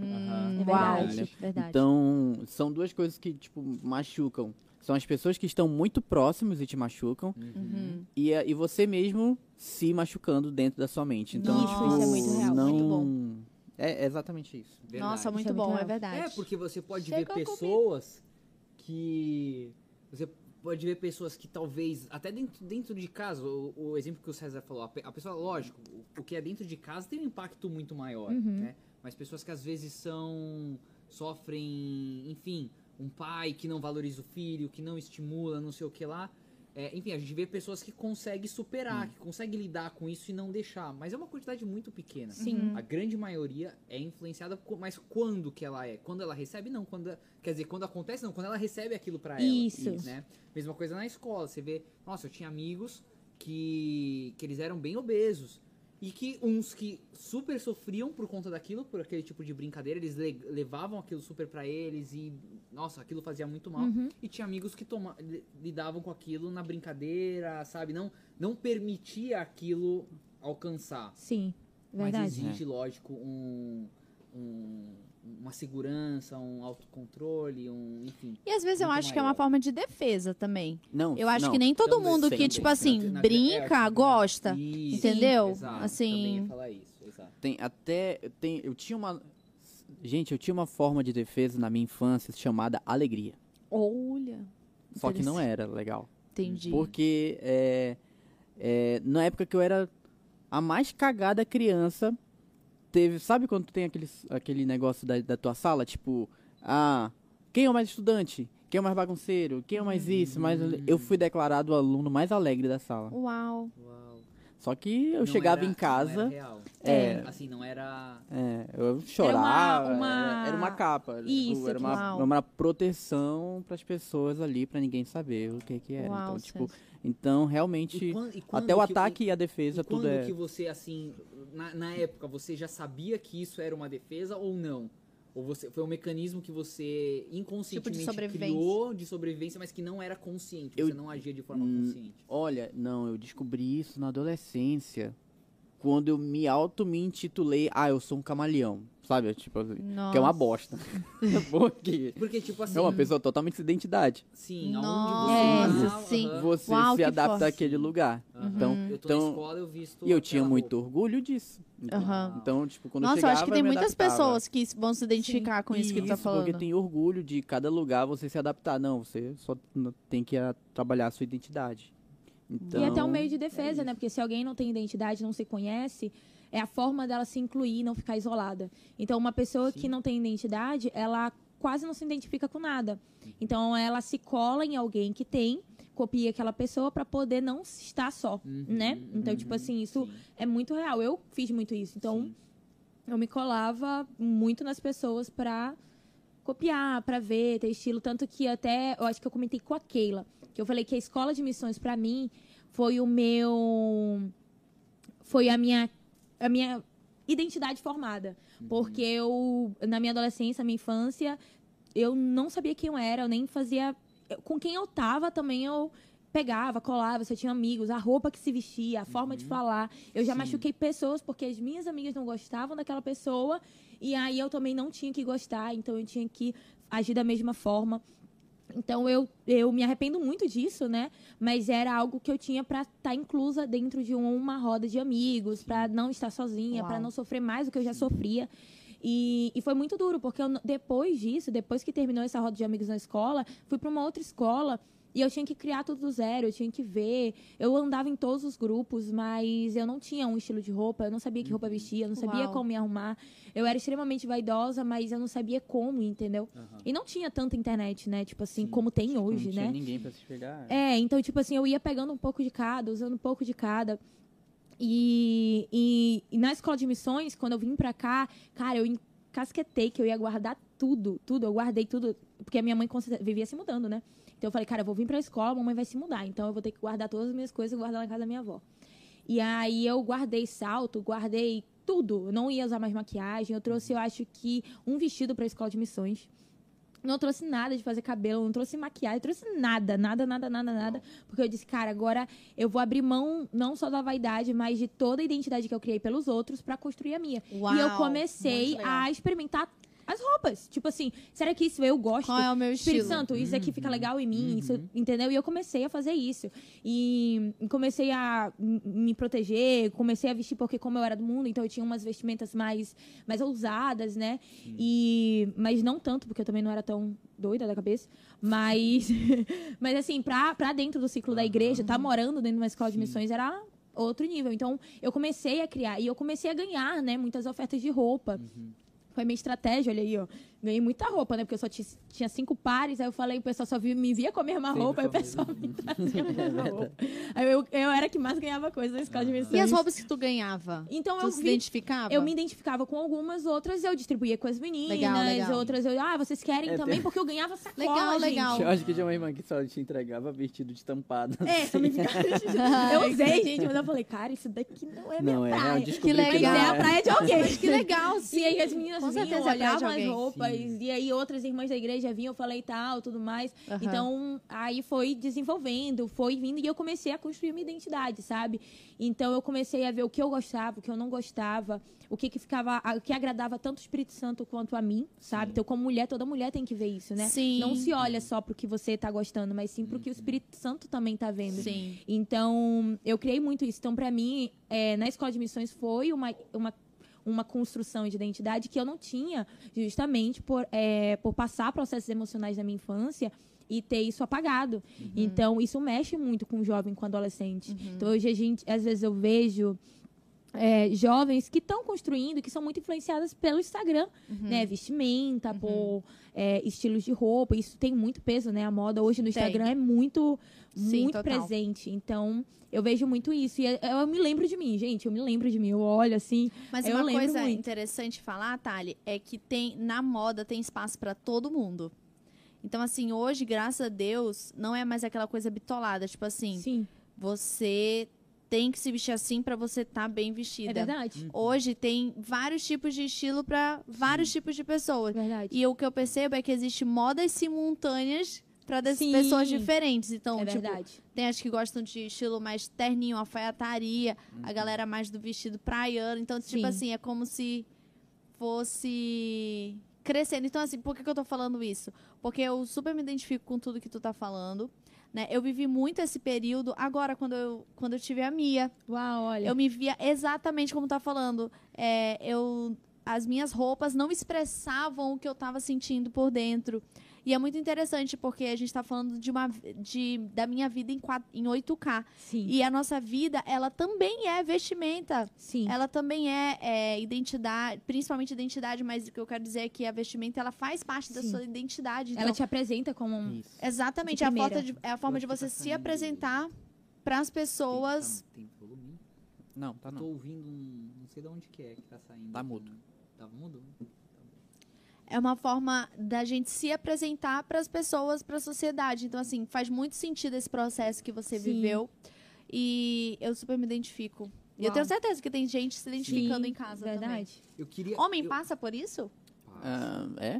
Hum, É uau, verdade. verdade. Então, são duas coisas que, tipo, machucam. São as pessoas que estão muito próximos e te machucam, Uhum. e, a- e você mesmo se machucando dentro da sua mente. Então, Nossa, tipo, isso é muito real, não... muito É, é exatamente isso. Verdade. Nossa, muito Isso é muito bom, é real. verdade. É, porque você pode ver Chegou comigo. pessoas que. Você pode ver pessoas que talvez. Até dentro, dentro de casa, o, o exemplo que o César falou, a, pe- a pessoa, lógico, o, o que é dentro de casa tem um impacto muito maior, Uhum. né? Mas pessoas que às vezes são. sofrem, enfim. um pai que não valoriza o filho, que não estimula, não sei o que lá. É, enfim, a gente vê pessoas que conseguem superar, que conseguem lidar com isso e não deixar. Mas é uma quantidade muito pequena. Sim. Uhum. A grande maioria é influenciada, co- mas quando que ela é? Quando ela recebe, não. Quando, quer dizer, quando acontece, não. Quando ela recebe aquilo pra ela. Isso. Né? Mesma coisa na escola. Você vê, nossa, eu tinha amigos que, que eles eram bem obesos. E que uns que super sofriam por conta daquilo, por aquele tipo de brincadeira, eles le- levavam aquilo super pra eles e, nossa, aquilo fazia muito Hum. mal. Uhum. E tinha amigos que toma, li- lidavam com aquilo na brincadeira, sabe? Não, não permitia aquilo alcançar. Sim. Mas Verdade. exige, lógico, um, um- uma segurança, um autocontrole, um. Enfim. E às vezes eu Muito acho que é uma maior. forma de defesa também. Não, Eu acho não. que nem todo Também, mundo sempre. que, tipo assim, Então, Na- na- brinca, é, gosta. Isso, entendeu? Exato, Assim- Também ia falar isso, exato. Tem até. Tem, eu tinha uma. Gente, eu tinha uma forma de defesa na minha infância chamada alegria. Olha. Só que não era legal. Entendi. Porque é, é, na época que eu era a mais cagada criança, teve. Sabe quando tem aquele, aquele negócio da, da tua sala? Tipo, ah, quem é o mais estudante? Quem é o mais bagunceiro? Quem é o mais isso? Mais... Eu fui declarado o aluno mais alegre da sala. Uau. Uau. Só que eu Não chegava era- em casa. Não era real. É. Assim, não era. É, eu chorava. Era uma- Era, uma capa. tipo, Isso, era uma, que- uma proteção pras pessoas ali, pra ninguém saber o que que era. Uau, então, tipo, Sérgio. então realmente, quando- e quando até o que- ataque e a E defesa, quando tudo é... que você, assim, na, na época, você já sabia que isso era uma defesa ou não? Ou você, foi um mecanismo que você inconscientemente Tipo sobrevivência. criou de sobrevivência, mas que não era consciente, Eu- você não agia de forma Hum, consciente. Olha, não, eu descobri isso na adolescência, quando eu me auto-me intitulei, ah, eu sou um camaleão, sabe? Tipo, assim, Nossa. que é uma bosta. Porque Porque, tipo assim, é uma pessoa totalmente sem identidade. sim, Nossa, aonde você tá, sim. Uhum. aham, Você Uau, se que adapta forte. àquele lugar. aham. Então, eu tô na então escola, eu visto E eu tinha aquela muito roupa. orgulho disso. Então, Aham. então, tipo, quando Nossa, eu chegava, eu acho que tem eu me né? muitas adaptava. pessoas que vão se identificar com isso que tu tá falando. porque tem orgulho de cada lugar você se adaptar. Não, você só n- tem que ah, trabalhar a sua identidade. Então, E até um meio de é defesa, isso. né? Porque se alguém não tem identidade, não se conhece, é a forma dela se incluir e não ficar isolada. Então, uma pessoa que não tem identidade, ela quase não se identifica com nada. Então, ela se cola em alguém que tem, copia aquela pessoa para poder não estar só, Uhum, né? Então, tipo uhum, assim, isso sim, é muito real. Eu fiz muito isso. Então, sim. eu me colava muito nas pessoas pra copiar, pra ver, ter estilo. Tanto que até, eu acho que eu comentei com a Keila, que eu falei que a escola de missões pra mim foi o meu. Foi a minha. A minha identidade formada. Porque eu, na minha adolescência, minha infância, eu não sabia quem eu era, eu nem fazia. eu- com quem eu tava também eu pegava, colava, se eu tinha amigos, a roupa que se vestia, a forma de falar. Eu já Sim. machuquei pessoas porque as minhas amigas não gostavam daquela pessoa e aí eu também não tinha que gostar, então eu tinha que agir da mesma forma. Então eu, eu me arrependo muito disso, né? Mas era algo que eu tinha pra estar inclusa dentro de uma roda de amigos, pra não estar sozinha, Uau. pra não sofrer mais do que eu já sofria. E, e foi muito duro, porque eu n- depois disso, depois que terminou essa roda de amigos na escola, fui pra uma outra escola e eu tinha que criar tudo do zero, eu tinha que ver. Eu andava em todos os grupos, mas eu não tinha um estilo de roupa, eu não sabia que roupa vestir, eu não sabia Uhum. Uau. como me arrumar. Eu era extremamente vaidosa, mas eu não sabia como, entendeu? Aham. E não tinha tanta internet, né? Tipo assim, como tem hoje, não né? tinha ninguém pra se pegar. É, então, tipo assim, eu ia pegando um pouco de cada, usando um pouco de cada. E, e- e na escola de missões, quando eu vim pra cá, cara, eu encasquetei que eu ia guardar tudo, tudo. Eu guardei tudo, porque a minha mãe com certeza vivia se mudando, né? Então eu falei, cara, eu vou vir pra escola, a mamãe vai se mudar. Então eu vou ter que guardar todas as minhas coisas e guardar na casa da minha avó. E aí eu guardei salto, guardei tudo. Eu não ia usar mais maquiagem. Eu trouxe, eu acho que, um vestido pra escola de missões. Não trouxe nada de fazer cabelo, não trouxe maquiagem, trouxe nada, nada, nada, nada, nada. Porque eu disse, cara, agora eu vou abrir mão não só da vaidade, mas de toda a identidade que eu criei pelos outros pra construir a minha. Uau, e eu comecei muito legal. a experimentar as roupas. Tipo assim, será que isso eu gosto? Qual é o meu Espírito estilo? Santo, isso aqui fica legal em mim, isso, entendeu? E eu comecei a fazer isso. E comecei a m- me proteger, comecei a vestir porque como eu era do mundo, então eu tinha umas vestimentas mais mais ousadas, né? E mas não tanto porque eu também não era tão doida da cabeça, mas mas assim, pra, pra dentro do ciclo da igreja, tá morando dentro de uma escola de missões era outro nível. Então, eu Uhum. comecei a criar e eu comecei a ganhar, né, muitas ofertas de roupa. Foi minha estratégia, olha aí, ó. Ganhei muita roupa, né? Porque eu só ti- tinha cinco pares. Aí eu falei, o pessoal só vi- me via com a mesma Sempre roupa. Aí o com a pessoal me trazia a É mesma roupa. Aí eu, eu era que mais ganhava coisa na escola de missões. E as roupas que tu ganhava? Então eu tu se vi identificava? eu me identificava com algumas, outras eu distribuía com as meninas, Legal, legal. outras eu, ah, vocês querem É, também, tem- porque eu ganhava sacola, Legal, gente. legal. Eu acho que tinha uma irmã que só te entregava vestido de tampada. É, só me ficava... eu usei, gente, mas eu falei, cara, isso daqui não é Não é, minha eu praia. descobri Que que Mas legal. é não a praia de alguém. Mas que legal, sim. E aí as meninas Com vinham, certeza é a praia de olhavam as alguém. roupas, e aí outras irmãs da igreja vinham, eu falei tal, tudo mais. Aham. Então, aí foi desenvolvendo, foi vindo, e eu comecei a construir minha identidade, sabe? Então, eu comecei a ver o que eu gostava, o que eu não gostava, o que, que ficava, a- o que agradava tanto o Espírito Santo quanto a mim, sabe? Então, como mulher, toda mulher tem que ver isso, né? Sim. Não se olha só pro que você tá gostando, mas sim pro que o Uhum. Espírito Santo também tá vendo. Sim. Então, eu criei muito isso. Então, pra mim, é, na escola de missões foi uma, uma, uma construção de identidade que eu não tinha, justamente por, é, por passar processos emocionais na minha infância e ter isso apagado. Então, isso mexe muito com o jovem, com o adolescente. Então, hoje, a gente, às vezes, eu vejo. é, jovens que estão construindo, que são muito influenciadas pelo Instagram, né? Vestimenta, por é, estilos de roupa, isso tem muito peso, né? A moda hoje no Tem. Instagram é muito Sim, muito total. presente. Então, eu vejo muito isso. E eu, eu me lembro de mim, gente. Eu me lembro de mim. Eu olho assim. Mas Eu uma lembro coisa muito. interessante falar, Thali, é que tem na moda tem espaço pra todo mundo. Então, assim, hoje, graças a Deus, não é mais aquela coisa bitolada. Tipo assim, Sim, você tem que se vestir assim pra você estar bem é vestida. verdade. hoje tem vários tipos de estilo pra vários tipos de É pessoas. verdade. E o que eu percebo é que existe modas simultâneas pra das Sim. pessoas diferentes. Então, é tipo, verdade. tem as que gostam de estilo mais terninho, alfaiataria, a galera mais do vestido praiano. Então, tipo Sim. assim, é como se fosse crescendo. Então, assim, por que, que eu tô falando isso? Porque eu super me identifico com tudo que tu tá falando. Né? Eu vivi muito esse período agora, quando eu, quando eu tive a Mia. Uau, olha. Eu me via exatamente como tá falando. É, eu, as minhas roupas não expressavam o que eu tava sentindo por dentro. E é muito interessante, porque a gente tá falando de uma, de, da minha vida em, quat- em 8K. Sim, E a nossa vida, ela também é vestimenta. sim. Ela também é, é, identidade, principalmente identidade, mas o que eu quero dizer é que a vestimenta, ela faz parte da Sim. sua identidade. Ela Então, te apresenta como um. Isso. Exatamente, de é a, foto primeira. de- é a forma de Gosto você dessa se linha. apresentar para as pessoas. Tem, tá- tem volume? Não, tá Tô não. ouvindo um. Não sei de onde que é que tá saindo. Tá mudo. Tá mudo? é uma forma da gente se apresentar para as pessoas, para a sociedade. Então, assim, faz muito sentido esse processo que você Sim. viveu. E eu super me identifico. E eu Uau. tenho certeza que tem gente se identificando Sim, em casa também. Verdade. Eu queria. Homem eu... passa por isso? Passa, Ah, é?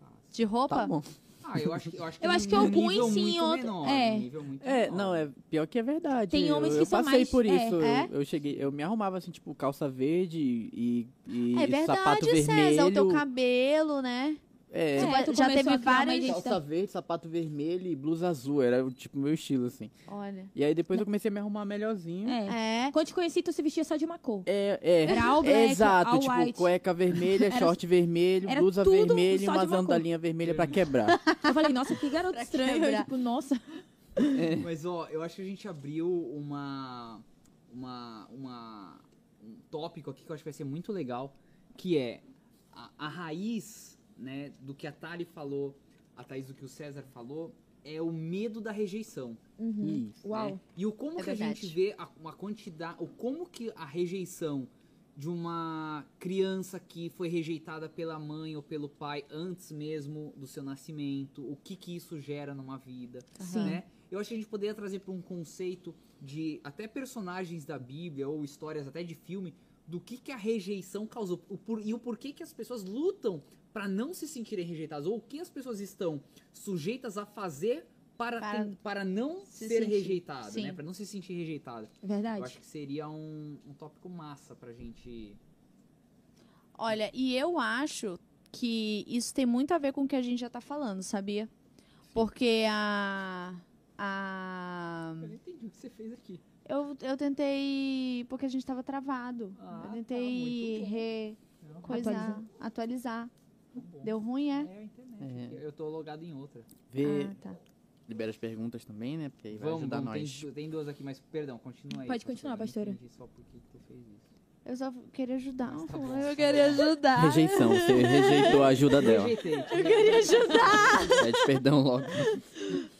passa. De roupa? Tá bom. Ah, eu acho que. Eu acho que, Eu acho que num alguns nível sim, muito outro- menor, é. num nível muito É, menor. não, é pior que é verdade. Tem homens eu, que eu são passei mais- por é, isso. eu- é. Eu, cheguei, eu me arrumava assim, tipo, calça verde e, e É sapato verdade, vermelho. César. O teu cabelo, né? É, É, tu já começou teve a criar uma várias- identidade. calça verde, sapato vermelho e blusa azul. Era o tipo meu estilo, assim. Olha. E aí depois eu comecei a me arrumar melhorzinho. É. É. Quando te conheci, tu se vestia só de uma cor. É, é. Era all black, Exato, all tipo, white. cueca vermelha, Era- short vermelho, era blusa tudo vermelha e só de uma uma cor. sandalinha vermelha É. pra quebrar. Eu falei, nossa, que garoto Pra estranho. quebrar. Eu, tipo, nossa. É. Mas, ó, eu acho que a gente abriu uma. uma, uma um tópico aqui que eu acho que vai ser muito legal, que é a, a raiz, né, do que a Thali falou, a Thaís do que o César falou, é o medo da rejeição. Isso. Uau. Né? E o como É que a gente verdade. vê a- uma quantidade, o como que a rejeição de uma criança que foi rejeitada pela mãe ou pelo pai antes mesmo do seu nascimento, o que que isso gera numa vida, Sim. né? Eu acho que a gente poderia trazer para um conceito de até personagens da Bíblia ou histórias até de filme do que que a rejeição causou o por- e o porquê que as pessoas lutam para não se sentirem rejeitadas ou o que as pessoas estão sujeitas a fazer para, Para ten- para não se ser sentir. rejeitada, né? Sim. Para não se sentir rejeitada. Eu acho é Verdade. que seria um, um tópico massa pra gente. Olha, e eu acho que isso tem muito a ver com o que a gente já tá falando, sabia? Porque a. A. Eu não entendi o que você fez aqui. Eu, eu tentei. Porque a gente tava travado. Ah, eu tá, tentei muito bom. re. Não, coisar, Atualizar. atualizar. tá bom. Deu ruim, é? É a internet. É. aqui. Eu tô logado em outra. Vê, Ah, tá. libera as perguntas também, né? Porque aí vai vamos, ajudar vamos, nós. Tem, tem duas aqui, mas perdão, continua aí. Pode continuar, pastora. Eu não entendi pastora. só por que que tu fez isso. Eu só queria ajudar. Mas tá pô, bom, eu tá queria ajudar. Rejeição, você rejeitou a ajuda dela. Rejeitei. Eu queria ajudar. Pede perdão logo.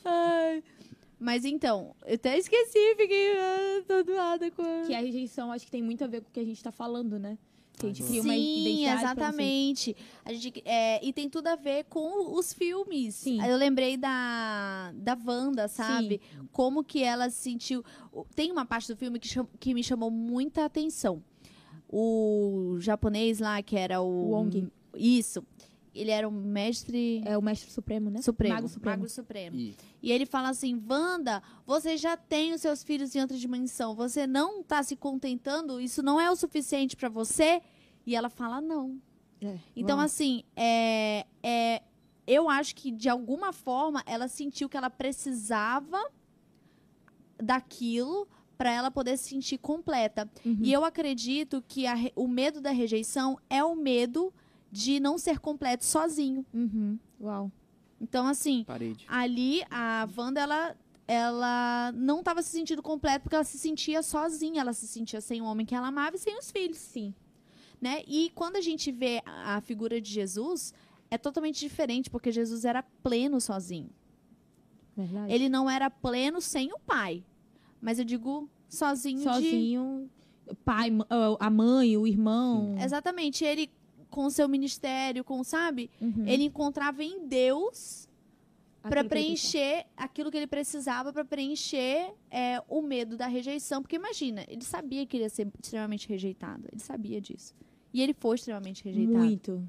Ai. Mas então, eu até esqueci, fiquei ah, tô doada com a... Que a rejeição acho que tem muito a ver com o que a gente tá falando, né? Que a gente cria uma Sim, identidade. pra exatamente. A gente, é, e tem tudo a ver com os filmes. Sim. Eu lembrei da, da Wanda, sabe? Como que ela se sentiu. O- Tem uma parte do filme que, cham- que me chamou muita atenção. O japonês lá, que era o. O Wong. Isso. Ele era um mestre. você- É o mestre supremo, né? Supremo, Mago supremo. Mago Supremo. E E ele fala assim: Wanda, você já tem os seus filhos em outra dimensão, você não tá se contentando, isso não é o suficiente pra você? E ela fala: não. É, Então, vamos. assim, é, é, eu acho que de alguma forma ela sentiu que ela precisava daquilo pra ela poder se sentir completa. Uhum. assim, E eu acredito que a re- o medo da rejeição é o medo de não ser completo sozinho. Uhum. Uau. Então, assim, parede. Ali, a Wanda, ela, ela não estava se sentindo completa porque ela se sentia sozinha. Ela se sentia sem o homem que ela amava e sem os filhos. Sim. Né? E quando a gente vê a a figura de Jesus, é totalmente diferente, porque Jesus era pleno sozinho. Verdade. Ele não era pleno sem o pai. Mas eu digo sozinho, de- sozinho, pai, ma- ah, a mãe, o irmão. Exatamente. Ele, com o seu ministério, com, sabe? Uhum. É Ele encontrava em Deus Aquilo que Pra ele pensa. preencher aquilo que ele precisava pra preencher é, o medo da rejeição. Porque imagina, ele sabia que ele ia ser extremamente rejeitado. Ele sabia disso. E ele foi extremamente rejeitado. Muito.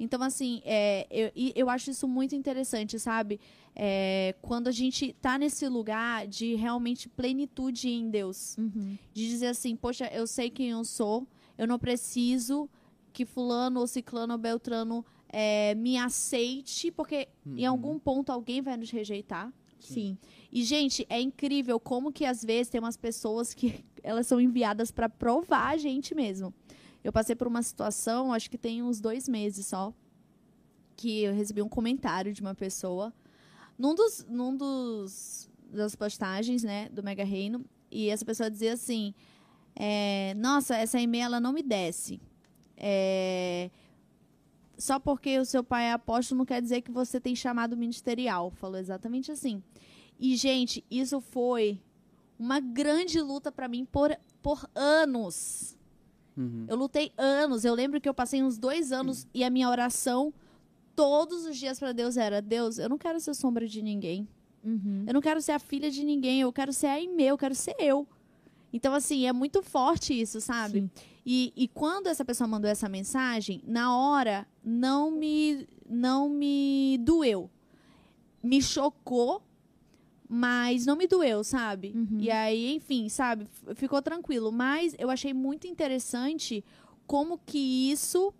Então, assim, é, eu, e eu acho isso muito interessante, sabe? É, quando a gente tá nesse lugar de realmente plenitude em Deus. Uhum. De dizer assim, poxa, eu sei quem eu sou. Eu não preciso que fulano ou ciclano ou beltrano é, me aceite. Porque Uhum. em algum ponto alguém vai nos rejeitar. Sim. E, gente, é incrível como que às vezes tem umas pessoas que elas são enviadas pra provar a gente mesmo. Eu passei por uma situação, acho que tem uns dois meses só, que eu recebi um comentário de uma pessoa num dos, num dos das postagens, né, do Mega Reino, e essa pessoa dizia assim: é, Nossa, essa e-mail ela não me desce. É, só porque o seu pai é apóstolo não quer dizer que você tem chamado ministerial. Falou exatamente assim. E, gente, isso foi uma grande luta pra mim por, por anos. Uhum. Eu lutei anos. Eu lembro que eu passei uns dois anos e a minha oração todos os dias pra Deus era: Deus, eu não quero ser sombra de ninguém. Uhum. Eu não quero ser a filha de ninguém. Eu quero ser a Aimee. Eu quero ser eu. Então, assim, é muito forte isso, sabe? Sim. E, e quando essa pessoa mandou essa mensagem, na hora não me não me doeu. Me chocou, mas não me doeu, sabe? Uhum. E aí, enfim, sabe, f- ficou tranquilo, mas eu achei muito interessante como que isso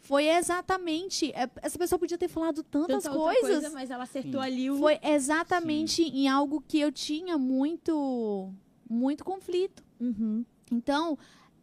foi exatamente, é, essa pessoa podia ter falado tantas Tanta outra coisas. coisa, mas ela acertou Sim. ali o. Foi exatamente em algo que eu tinha muito muito conflito. Uhum. Então,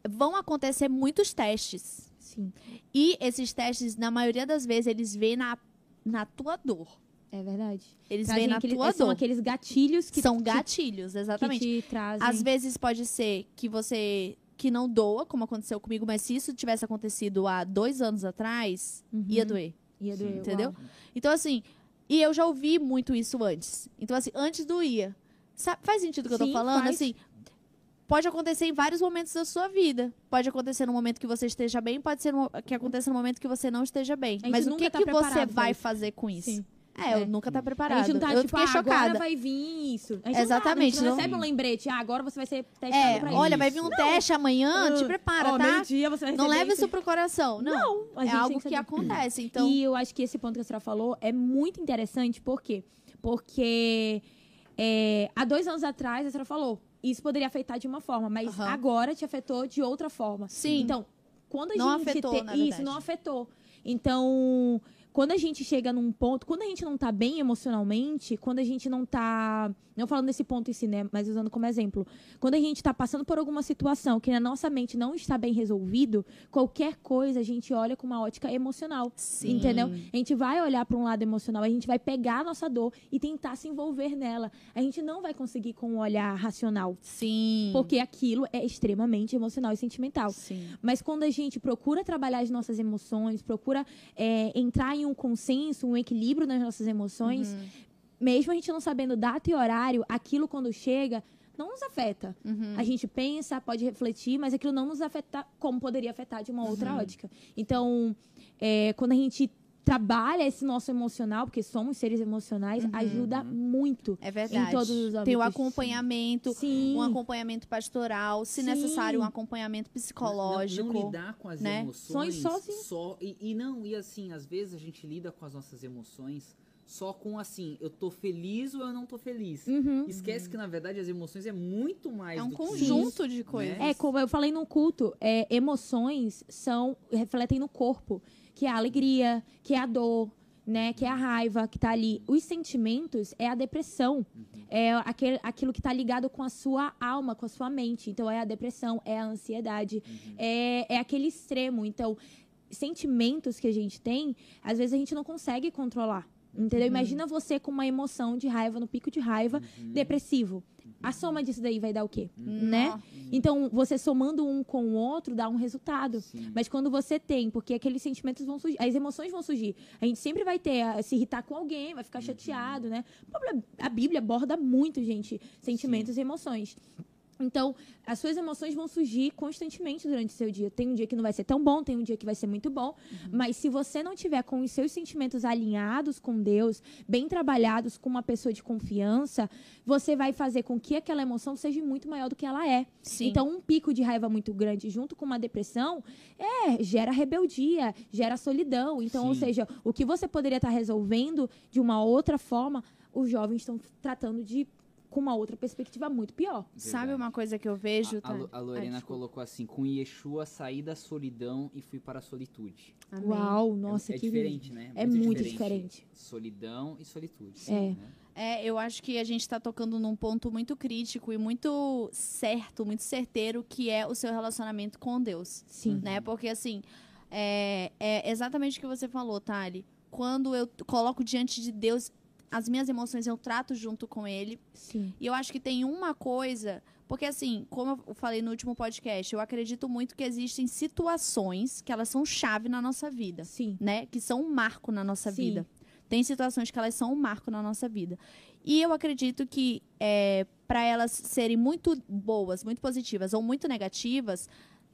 vão acontecer muitos testes. Sim. E esses testes, na maioria das vezes, eles vêm na, na tua dor. É verdade. Eles Trazem vêm na aquele- tua são dor. aqueles gatilhos que São te- gatilhos, que exatamente. te trazem. Às vezes pode ser que você que não doa, como aconteceu comigo, mas se isso tivesse acontecido há dois anos atrás, Uhum. ia doer. Ia doer, Entendeu? uau. Então, assim, e eu já ouvi muito isso antes. Então, assim, antes do ia. Sa- faz sentido o que Sim, eu tô falando? faz. Assim, pode acontecer em vários momentos da sua vida. Pode acontecer no momento que você esteja bem, pode ser no- que aconteça no momento que você não esteja bem. gente Mas o nunca que, tá que você preparado pra vai isso. fazer com isso? Sim. É, É. eu nunca tá preparado. A gente não tá eu tipo, fiquei ah, chocada. agora vai vir isso. A gente não tá, Exatamente, a gente não não- recebe um lembrete. Ah, agora você vai ser testado É, pra olha, isso. vai vir um teste amanhã, Ah, te prepara, Ó, tá? meio-dia você vai Não receber leva isso pro coração. Não, A é gente tem algo que saber. acontece. Então, E eu acho que esse ponto que a senhora falou é muito interessante, por quê? Porque é, há dois anos atrás a senhora falou, isso poderia afetar de uma forma, mas Aham. agora te afetou de outra forma. Sim. Então, quando a Né? Não gente afetou, te- na isso verdade. não afetou. Então, quando a gente chega num ponto, quando a gente não tá bem emocionalmente, quando a gente não tá, não falando desse ponto em si, né, mas usando como exemplo, quando a gente tá passando por alguma situação que na nossa mente não está bem resolvido, qualquer coisa a gente olha com uma ótica emocional, Sim. entendeu? A gente vai olhar para um lado emocional, a gente vai pegar a nossa dor e tentar se envolver nela. A gente não vai conseguir com um olhar racional, Sim. porque aquilo é extremamente emocional e sentimental. Sim. Mas quando a gente procura trabalhar as nossas emoções, procura é, entrar em um consenso, um equilíbrio nas nossas emoções, mesmo a gente não sabendo data e horário, aquilo quando chega não nos afeta. A gente pensa, pode refletir, mas aquilo não nos afeta como poderia afetar de uma outra ótica. Então, é, quando a gente trabalha esse nosso emocional, porque somos seres emocionais, ajuda muito. É verdade. Em todos os Tem o âmbitos. acompanhamento, Sim. um acompanhamento pastoral, se Sim. necessário, um acompanhamento Não, psicológico. não lidar com as né? emoções Só- só assim. só- e, e não e assim às vezes a gente lida com as nossas emoções só com assim eu tô feliz ou eu não tô feliz Uhum. esquece que na verdade as emoções é muito mais é um do que isso. conjunto de coisas. É, como eu falei no culto, é, emoções são refletem no corpo, que é a alegria, que é a dor, né, que é a raiva que tá ali. Os sentimentos é a depressão, é aquele, aquilo que tá ligado com a sua alma, com a sua mente. Então é a depressão, é a ansiedade, é, é aquele extremo. Então, sentimentos que a gente tem, às vezes a gente não consegue controlar. Entendeu? Imagina você com uma emoção de raiva, no pico de raiva, depressivo. A soma disso daí vai dar o quê? Né? Nó. Então, você somando um com o outro dá um resultado. Sim. Mas quando você tem, porque aqueles sentimentos vão surgir, as emoções vão surgir. A gente sempre vai ter, a se irritar com alguém, vai ficar chateado, né? O problema- A Bíblia aborda muito, gente, sentimentos e emoções. Então, as suas emoções vão surgir constantemente durante o seu dia. Tem um dia que não vai ser tão bom, tem um dia que vai ser muito bom. Mas se você não tiver com os seus sentimentos alinhados com Deus, bem trabalhados com uma pessoa de confiança, você vai fazer com que aquela emoção seja muito maior do que ela é. Sim. Então, um pico de raiva muito grande junto com uma depressão é, gera rebeldia, gera solidão. Então, ou Sim. seja, o que você poderia estar resolvendo de uma outra forma, os jovens estão tratando de com uma outra perspectiva muito pior. Sabe Verdade. uma coisa que eu a, vejo, a, Tati? Lu- a Lorena Ai, Ah, desculpa. colocou assim com Yeshua saí da solidão e fui para a solitude Amém. Uau, nossa, é, é que diferente né É muito diferente. solidão e solitude É. né? É, eu acho que a gente tá tocando num ponto muito crítico e muito certo, muito certeiro, que é o seu relacionamento com Deus. Sim. né? Porque assim, é, é exatamente o que você falou, Thali. Quando eu t- coloco diante de Deus as minhas emoções, eu trato junto com Ele. Sim. E eu acho que tem uma coisa, porque assim, como eu falei no último podcast, eu acredito muito que existem situações que elas são chave na nossa vida Sim. né, que são um marco na nossa Sim. vida. Tem situações que elas são um marco na nossa vida. E eu acredito que é, para elas serem muito boas, muito positivas ou muito negativas,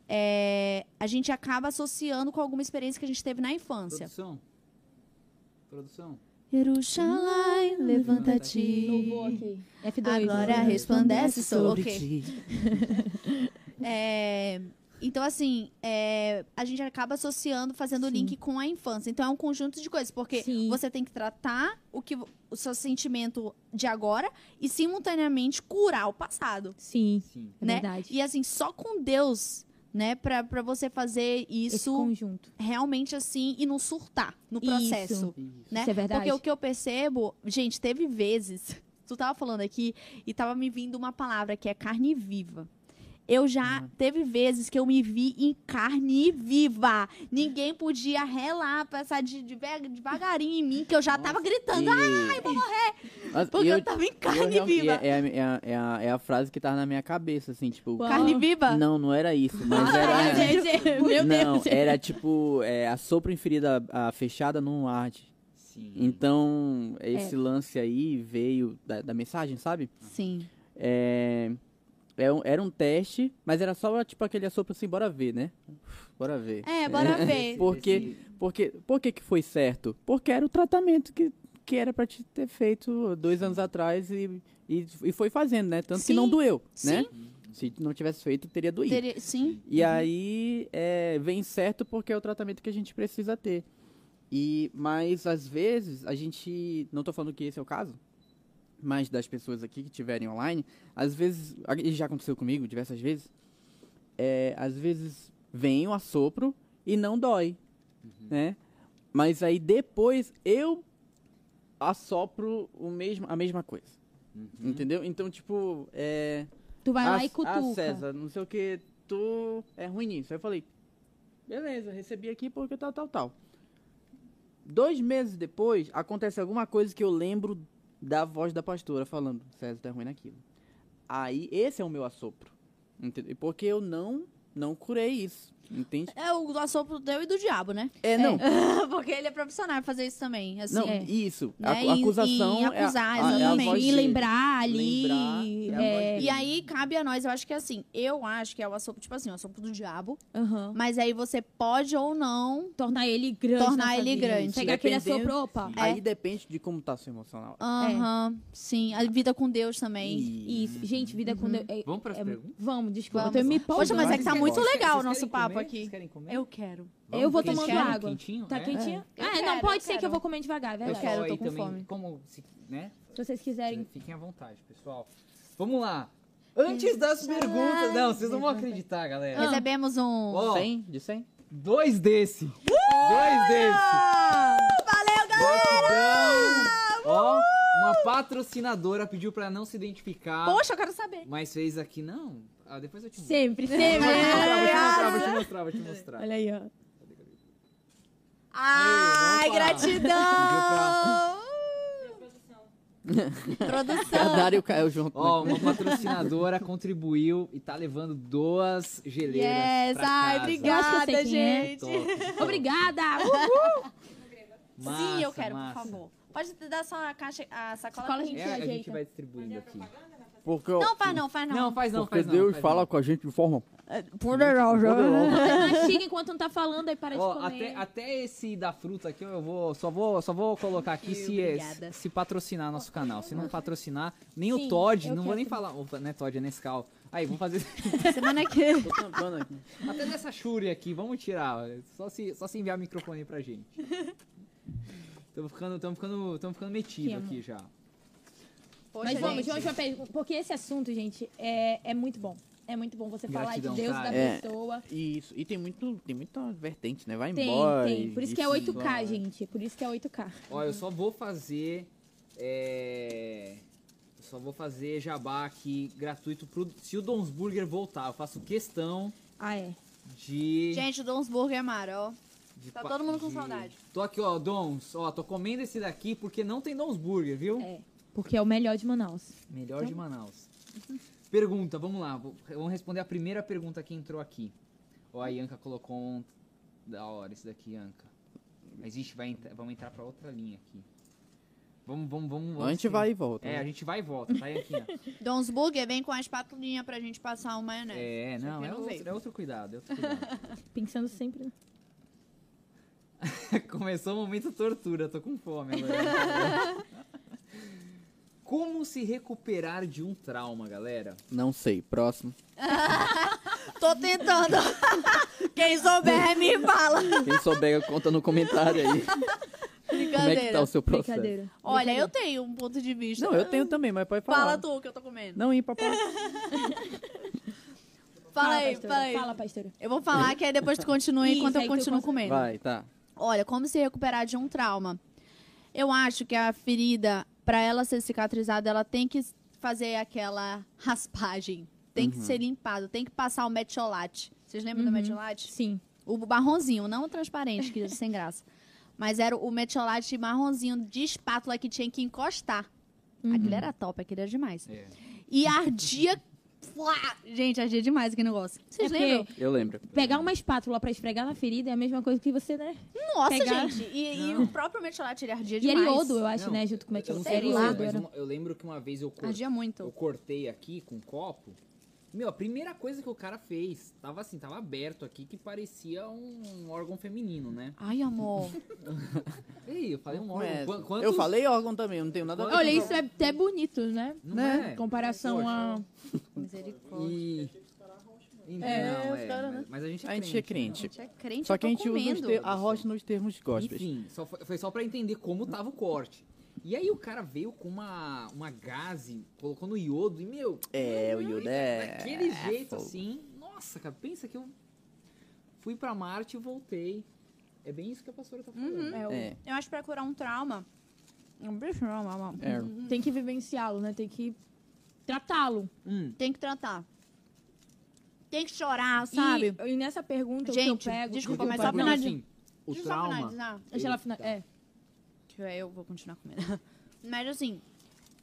é, a gente acaba associando com alguma experiência que a gente teve na infância. produção produção Jerusalém, levanta-te. aqui. F2. Agora Glória então, resplandece sobre ti. ti. É, então, assim, é, a gente acaba associando, fazendo o Sim. link com a infância. Então, é um conjunto de coisas, porque Sim. você tem que tratar o, que, vo- o seu sentimento de agora e, simultaneamente, curar o passado. Sim, sim é Né? verdade. E, assim, só com Deus, né, pra, pra você fazer Esse isso conjunto. realmente assim e não surtar no processo. Isso. Isso. Né? Isso é verdade. Porque o que eu percebo, gente, teve vezes, tu tava falando aqui e tava me vindo uma palavra que é carne viva. Eu Uhum. já teve vezes que eu me vi em carne viva. Ninguém podia relar, passar de, deve- devagarinho em mim, que eu já tava gritando, Ai, vou morrer. porque eu, tava em carne viva. É, a- é a- é a, é a frase que tava na minha cabeça, assim, tipo... Uau. Carne viva? Não, não era isso, mas era... é Meu não, Deus. era tipo é, a sopro em ferida a fechada não arde. sim Então, É. esse lance aí veio da, da mensagem, sabe? Sim. É, é um- era um teste, mas era só tipo aquele assopro assim, bora ver, né? Bora ver. É, bora ver. Porque, porque, por que que foi certo? Porque era o tratamento que, que era pra te ter feito dois anos atrás e, e, e foi fazendo, né? Tanto que não Sim, doeu, né? sim. Se não tivesse feito, teria doído. Teria- Sim. E aí é, vem certo porque é o tratamento que a gente precisa ter. E mas às vezes a gente, não tô falando que esse é o caso, mas das pessoas aqui que tiverem online, às vezes, e já aconteceu comigo diversas vezes, é, às vezes vem o assopro e não dói, né? Mas aí depois eu assopro o mesmo, a mesma coisa. Uhum. Entendeu? Então, tipo, é. Tu vai ah, lá e Ah, cutuca. César, não sei o que, tu é ruim nisso. Aí eu falei, beleza, recebi aqui porque tal, tal, tal. Dois meses depois, acontece alguma coisa que eu lembro da voz da pastora falando, César, tu é ruim naquilo. Aí, esse é o meu assopro. Entendeu? Porque eu não, não curei isso. Entende? É o assopro do teu e do diabo, né? É, não. Porque ele é profissional em fazer isso também. Assim, não, é. isso. Né? A, E- a acusação. e é a- acusar, a- é a exatamente. voz E dele. lembrar ali. Lembrar, é a é. voz E aí cabe a nós, eu acho que é assim, eu acho que é o assopro, tipo assim, o assopro do diabo, Aham. mas aí você pode ou não. Tornar ele grande. Tornar na sua ele vida. grande. Pegar aquele Dependendo- assopro, opa. É. Aí depende de como tá seu emocional. Aham, sim, a vida com Deus também. E- Isso. Gente, vida com Deus. é- Vamos pras é- perguntas? Vamos, desculpa. Uhum. Vamos. Eu me Poxa, mas é que tá Vocês muito querem- legal o Vocês nosso querem papo comer? aqui. Vocês querem comer? Eu quero. Vamos, eu vou quentinho, tomando água. quentinho? Tá É. quentinha? né? Eu Ah, quero, não, pode eu ser que eu quero. vou comer devagar, é verdade. Pessoal quero, eu tô aí com também, fome. Como, se- né? Se vocês quiserem. Fiquem à vontade, pessoal. Vamos lá. Hum. Antes das Ah, perguntas. Não, vocês não vão acreditar, galera. Recebemos um. Ó, 100? De 100? dois desse. Dois desse. Uh! Valeu, Uh! Gratidão. Ó, uma patrocinadora pediu pra não se identificar, Poxa, eu quero saber. mas fez aqui não. Ah, depois eu te mostro. Sempre, sempre. É, Ah, vou te mostrar, vou te mostrar, vou te mostrar. Olha aí, ó. Ai, opa. gratidão! Produção. Cadário caiu junto. né? Ó, uma patrocinadora contribuiu e tá levando duas geleiras Yes, pra ai, casa. Eu acho que eu obrigada, sei quem é. gente. Top, top. Obrigada! Massa, Sim, eu quero, massa. por favor. Pode dar só a caixa, a Sacola sacola pra a gente é É, a gente vai distribuindo aqui. Porque, Não, faz não, faz não. Não, faz não, porque faz não. Deus faz fala não. com a gente de forma É, Poderosa. Mastiga Uh, enquanto não tá falando, aí para Ó, de comer. até, até esse da fruta aqui, eu vou, só vou, só vou colocar aqui se, é Obrigada. se patrocinar nosso canal. Se não patrocinar, nem Sim, o Todd, eu não vou nem quero. falar, opa, não é Todd, é Nescau. Aí, vamos fazer Semana é que. Tô tampando aqui. até dessa Shuri aqui, vamos tirar. Só se, só se enviar o microfone aí pra gente. Tamo ficando, tamo ficando, tamo ficando metido Que amor. aqui já. Poxa, Mas vamos, gente. de hoje eu pego, porque esse assunto, gente, é, é muito bom. É muito bom você falar de Gratidão, Deus cara. da É. pessoa. Isso. E tem muito, tem muita vertente, né? Vai Tem, embora. tem. e- Por isso que é e- 8K, vai. gente. Por isso que é 8K. Ó, eu só vou fazer. É... Eu só vou fazer jabá aqui gratuito pro. Se o Donsburger voltar, eu faço questão Ah, é. de. Gente, o Donsburg é mara, ó. de tá pa- todo mundo com saudade. Tô aqui, ó, Dons. Ó, tô comendo esse daqui porque não tem Donsburger, viu? É. Porque é o melhor de Manaus. Melhor de Manaus. Pergunta, vamos lá. vou- Vamos responder a primeira pergunta que entrou aqui. Ó, a Ianca colocou um. Da hora esse daqui, Ianca. Mas ixi, vai entrar- vamos entrar pra outra linha aqui. Vamos, vamos, vamos. A vamos gente vai e volta. É, a né? gente vai e volta, tá, Ianquinha? Donsburg vem com a espatulinha pra gente passar o maionese. É, Isso não, aqui é não outro, veio. é outro cuidado, é outro cuidado. Pensando sempre. no- Começou o momento tortura, tô com fome agora. né? Como se recuperar de um trauma, galera? Não sei. Próximo. Tô tentando. Quem souber, me fala. Quem souber, conta no comentário aí. Como é que Brincadeira. tá é tá o seu processo? Brincadeira. Olha, eu tenho um ponto de vista. Não, eu tenho também, mas pode Fala falar. tu que eu tô comendo. Não, ir papai. Fala aí, pastora. fala aí. Fala, pastora. Eu vou falar que aí depois tu continua Isso, enquanto aí eu tu continuo continua. comendo. Vai, tá. Olha, como se recuperar de um trauma? Eu acho que a ferida, pra ela ser cicatrizada, ela tem que fazer aquela raspagem. Tem que ser limpada, tem que passar o metiolate. Vocês lembram do metiolate? Sim. O barronzinho, não o transparente, que era sem graça. Mas era o metiolate marronzinho de espátula que tinha que encostar. Aquele era top, aquele era demais. É. E ardia. Fuá! Gente, ardia demais aquele negócio. É Vocês porque lembram? Eu lembro. Pegar uma espátula pra esfregar na ferida é a mesma coisa que você, né? Nossa, pegar- gente. E, e Não. o próprio metiolate, ele ardia E É demais. era iodo, eu acho, Não, né? Junto com o eu não metilon. sei Era sei vocês, iodo, mas era. uma- eu lembro que uma vez eu, cor- Ardia muito. eu cortei aqui com um copo. Meu, a primeira coisa que o cara fez, tava assim, tava aberto aqui, que parecia um órgão feminino, né? Ai, amor. Ei, eu falei um órgão. É, Qu- quantos- Eu falei órgão também, eu não tenho nada a ver. Olha, isso é até bonito, né? Não né? é? Em comparação a... Misericórdia. E... Então, É, não, os é, cara, mas, mas a gente é A gente crente, é né? crente. Gente, é crente, Só eu que tô a gente usa os comendo. ter- a rocha nos termos gospels. Enfim, só foi, foi só pra entender como tava o corte. E aí o cara veio com uma, uma gaze, colocou no iodo e, meu, É, o Yoda é. daquele jeito fogo. assim. Nossa, cara, pensa que eu fui pra Marte e voltei. É bem isso que a pastora tá falando. É, o- É. Eu acho que pra curar um trauma. Um bicho, não, não, não. É. Uhum. Hum. Tem que vivenciá-lo, né? Tem que tratá-lo. Hum, Tem que tratar. Tem que chorar, E- sabe? E, nessa pergunta, o Gente, que eu pego. desculpa, o que eu mas tá só pego- bom, finalizar. assim, o Deixa eu só trauma. finalizar. Deixa ela Eita. final. É. Que eu vou continuar comendo. Mas assim,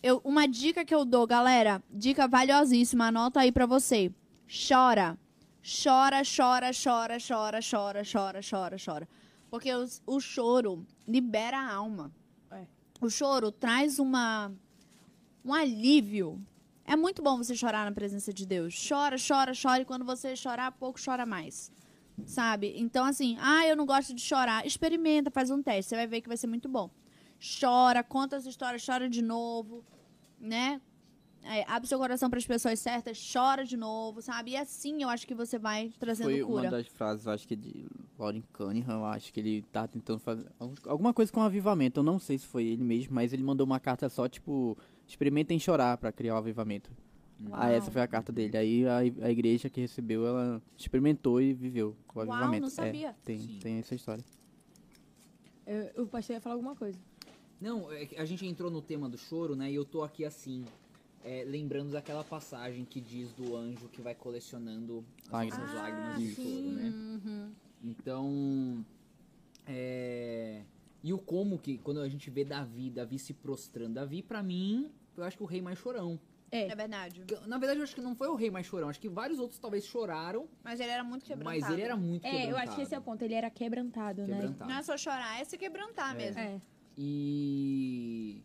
eu, uma dica que eu dou, galera, dica valiosíssima, anota aí pra você. Chora. Chora, chora, chora, chora, chora, chora, chora, chora. Porque os- o, choro libera a alma. É. O choro traz uma um alívio. É muito bom você chorar na presença de Deus. Chora, chora, chora e quando você chorar pouco, chora mais. Sabe? Então assim, ah, eu não gosto de chorar. Experimenta, faz um teste, você vai ver que vai ser muito bom chora, conta essa história, chora de novo, né? É, abre seu coração para as pessoas certas, chora de novo, sabe? E assim eu acho que você vai trazendo Foi cura. uma das frases, eu acho que de Lauren Cunningham, eu acho que ele tá tentando fazer algum- alguma coisa com avivamento. Eu não sei se foi ele mesmo, mas ele mandou uma carta só, tipo, experimentem chorar pra criar o avivamento. Ah, essa foi a carta dele. Aí a, a igreja que recebeu, ela experimentou e viveu o não avivamento. É, sabia. tem, tem essa história. Eu, o pastor ia falar alguma coisa. Não, é que a gente entrou no tema do choro, né? E eu tô aqui assim, é, lembrando daquela passagem que diz do anjo que vai colecionando as Lágrimas. nossas lágrimas Ah, de choro, sim. né? Uhum. Então. É... E o como que, quando a gente vê Davi, Davi se prostrando. Davi, pra mim, eu acho que o rei mais chorão. É verdade. Que- Na verdade, eu acho que não foi o rei mais chorão. Acho que vários outros talvez choraram, Mas ele era muito mas ele era muito É, eu acho que esse é o ponto. Ele era quebrantado, né? Quebrantado. Não é só chorar, é se quebrantar mesmo. É. E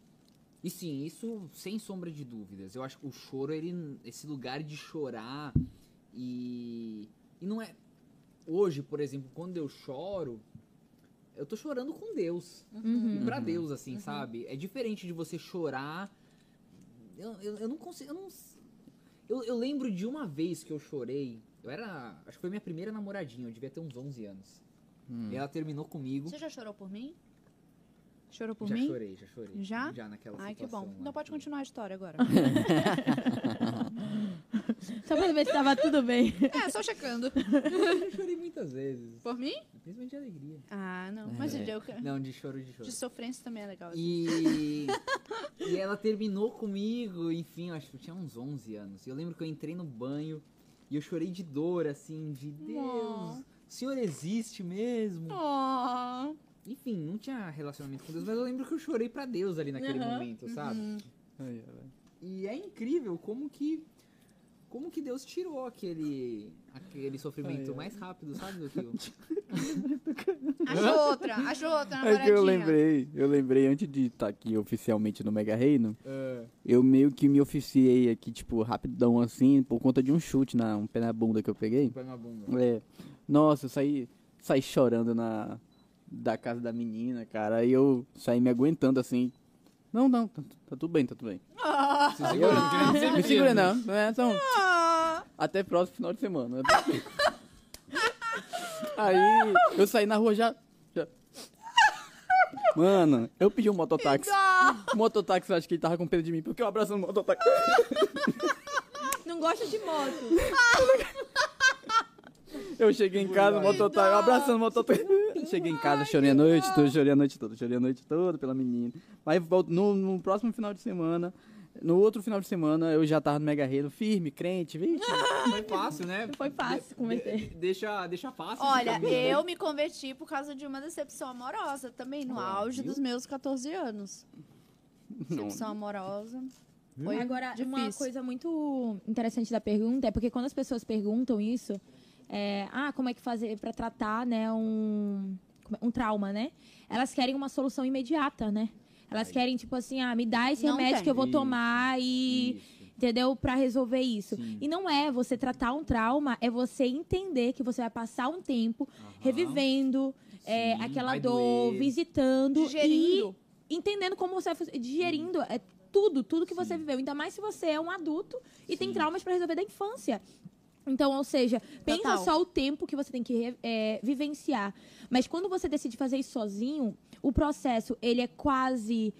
e sim, isso sem sombra de dúvidas. Eu acho que o choro, ele esse lugar de chorar e e não é hoje, por exemplo, quando eu choro, eu tô chorando com Deus, Uhum. pra Uhum. Deus assim, sabe? É diferente de você chorar eu, eu, eu não consigo, eu não s- eu, eu lembro de uma vez que eu chorei. Eu era, acho que foi minha primeira namoradinha, eu devia ter uns 11 anos. Hum. E ela terminou comigo. Você já chorou por mim? Chorou por já mim? chorei, já chorei. Já? Já naquela Ai, que situação bom. lá. Então pode continuar a história agora. Só pra ver se tava tudo bem. é, só checando. Eu chorei muitas vezes. Por mim? Principalmente de alegria. Ah, não. Mas É. eu, Não, de choro, de choro. de sofrência também é legal. E... e ela terminou comigo, enfim, eu acho que eu tinha uns 11 anos. E eu lembro que eu entrei no banho e eu chorei de dor, assim, de Deus, o senhor existe mesmo. Oh. Enfim, não tinha relacionamento com Deus, mas eu lembro que eu chorei pra Deus ali naquele Aham. momento, uhum. sabe? Ai, ai, ai. E é incrível como que como que Deus tirou aquele aquele sofrimento mais rápido, sabe, do que o... Achou outra, achou outra É namoradinha. que eu lembrei, eu lembrei antes de estar aqui oficialmente no Mega Reino, Ah, eu meio que me oficiei aqui, tipo, rapidão assim, por conta de um chute, na, um pé na bunda que eu peguei. Põe na bunda. É. Nossa, eu saí, saí chorando na da casa da menina, cara. Aí eu saí me aguentando assim. Não, não, tá, tá tudo bem, tá tudo bem. Se segura, não quer dizer Me mesmo. segura não, não é então, Até próximo final de semana. Aí eu saí na rua já. já- Mano, eu pedi um mototáxi. O mototáxi eu acho que ele tava com pena de mim, porque eu abraço no mototáxi. Não gosta de moto. Eu cheguei em casa, mototáxi, eu abraçando o mototáxi. Cheguei em casa, chorei a noite toda, chorei a noite toda, chorei a noite toda pela menina. Mas vol- no, no próximo final de semana, no outro final de semana, eu já tava no Mega Reino, firme, crente, vixe. Foi fácil, né? Foi fácil converter. Deixa, deixa fácil. né? esse é. Olha, caminho. eu me converti por causa de uma decepção amorosa também, no Ó, auge viu? dos meus 14 anos. Não. Decepção amorosa. Foi Agora, uma difícil. coisa muito interessante da pergunta é porque quando as pessoas perguntam isso, é, ah, como é que fazer pra tratar, né, um, como é- um trauma, né? Elas querem uma solução imediata, né? Elas querem, tipo assim, ah, me dá esse Não remédio tem. que eu vou Isso, tomar e Isso. entendeu? Pra resolver isso. Sim. E não é você tratar um trauma, é você entender que você vai passar um tempo Aham. revivendo é, Sim, aquela vai dor, doer. visitando Digerindo. e entendendo como você vai fun- digerindo é tudo, tudo que você viveu, ainda mais se você é um adulto e tem traumas pra resolver da infância. Então, ou seja, pensa Total. só o tempo que você tem que re- é, vivenciar. Mas quando você decide fazer isso sozinho, o processo ele é quase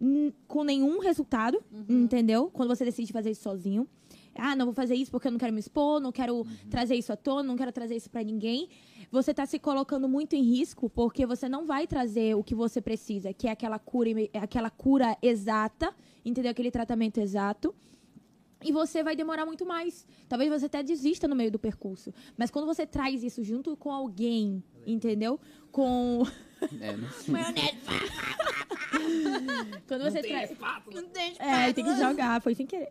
n- com nenhum resultado, entendeu? Quando você decide fazer isso sozinho. ah, não vou fazer isso porque eu não quero me expor, não quero trazer isso à tona, não quero trazer isso pra ninguém. Você tá se colocando muito em risco porque você não vai trazer o que você precisa, que é aquela cura, ime- aquela cura exata, entendeu? Aquele tratamento exato. E você vai demorar muito mais. Talvez você até desista no meio do percurso. Mas quando você traz isso junto com alguém, entendeu? Com. É, né? Quando você traz. Não tem É, tem que jogar, foi sem querer.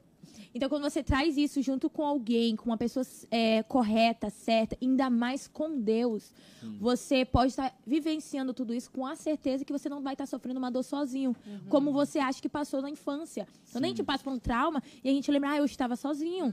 Então, quando você traz isso junto com alguém, com uma pessoa é, correta, certa, ainda mais com Deus, você pode estar vivenciando tudo isso com a certeza que você não vai estar sofrendo uma dor sozinho, como você acha que passou na infância. Quando a gente passa por um trauma e a gente lembra, ah, eu estava sozinho,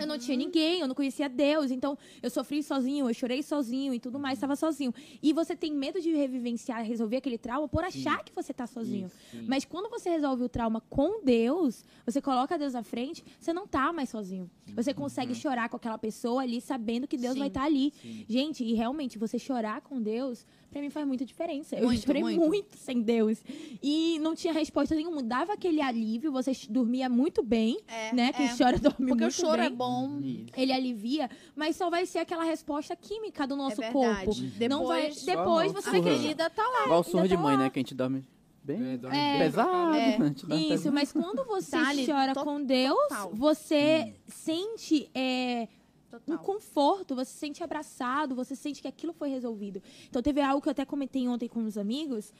eu não tinha ninguém, eu não conhecia Deus, então eu sofri sozinho, eu chorei sozinho e tudo mais, estava sozinho. E você tem medo de revivenciar, resolver aquele trauma por achar que você está sozinho. Mas quando você resolve o trauma com Deus, você coloca Deus à frente, você não tá mais sozinho. Você consegue chorar com aquela pessoa ali, sabendo que Deus Uhum. Sim. vai estar ali. Gente, e realmente, você chorar com Deus, pra mim faz muita diferença. Eu Muito, chorei muito. muito. sem Deus. E não tinha resposta nenhuma. Dava aquele alívio, você ch- dormia muito bem, É, né? Quem é. chora dorme Porque o muito choro bem. é bom. Ele alivia, mas só vai ser aquela resposta química do nosso é verdade. corpo. Depois, não vai, depois depois não, você a vai surra. acreditar. querida tá lá. Igual o surro ainda de tá mãe, lá. né? Que a gente dorme bem É, dorme bem. pesado. né? É. A gente dorme Isso, pesado. mas quando você Tá ali, chora to- com Deus, total. você sente é, um Total. conforto, você se sente abraçado, você sente que aquilo foi resolvido. Então teve algo que eu até comentei ontem com os amigos,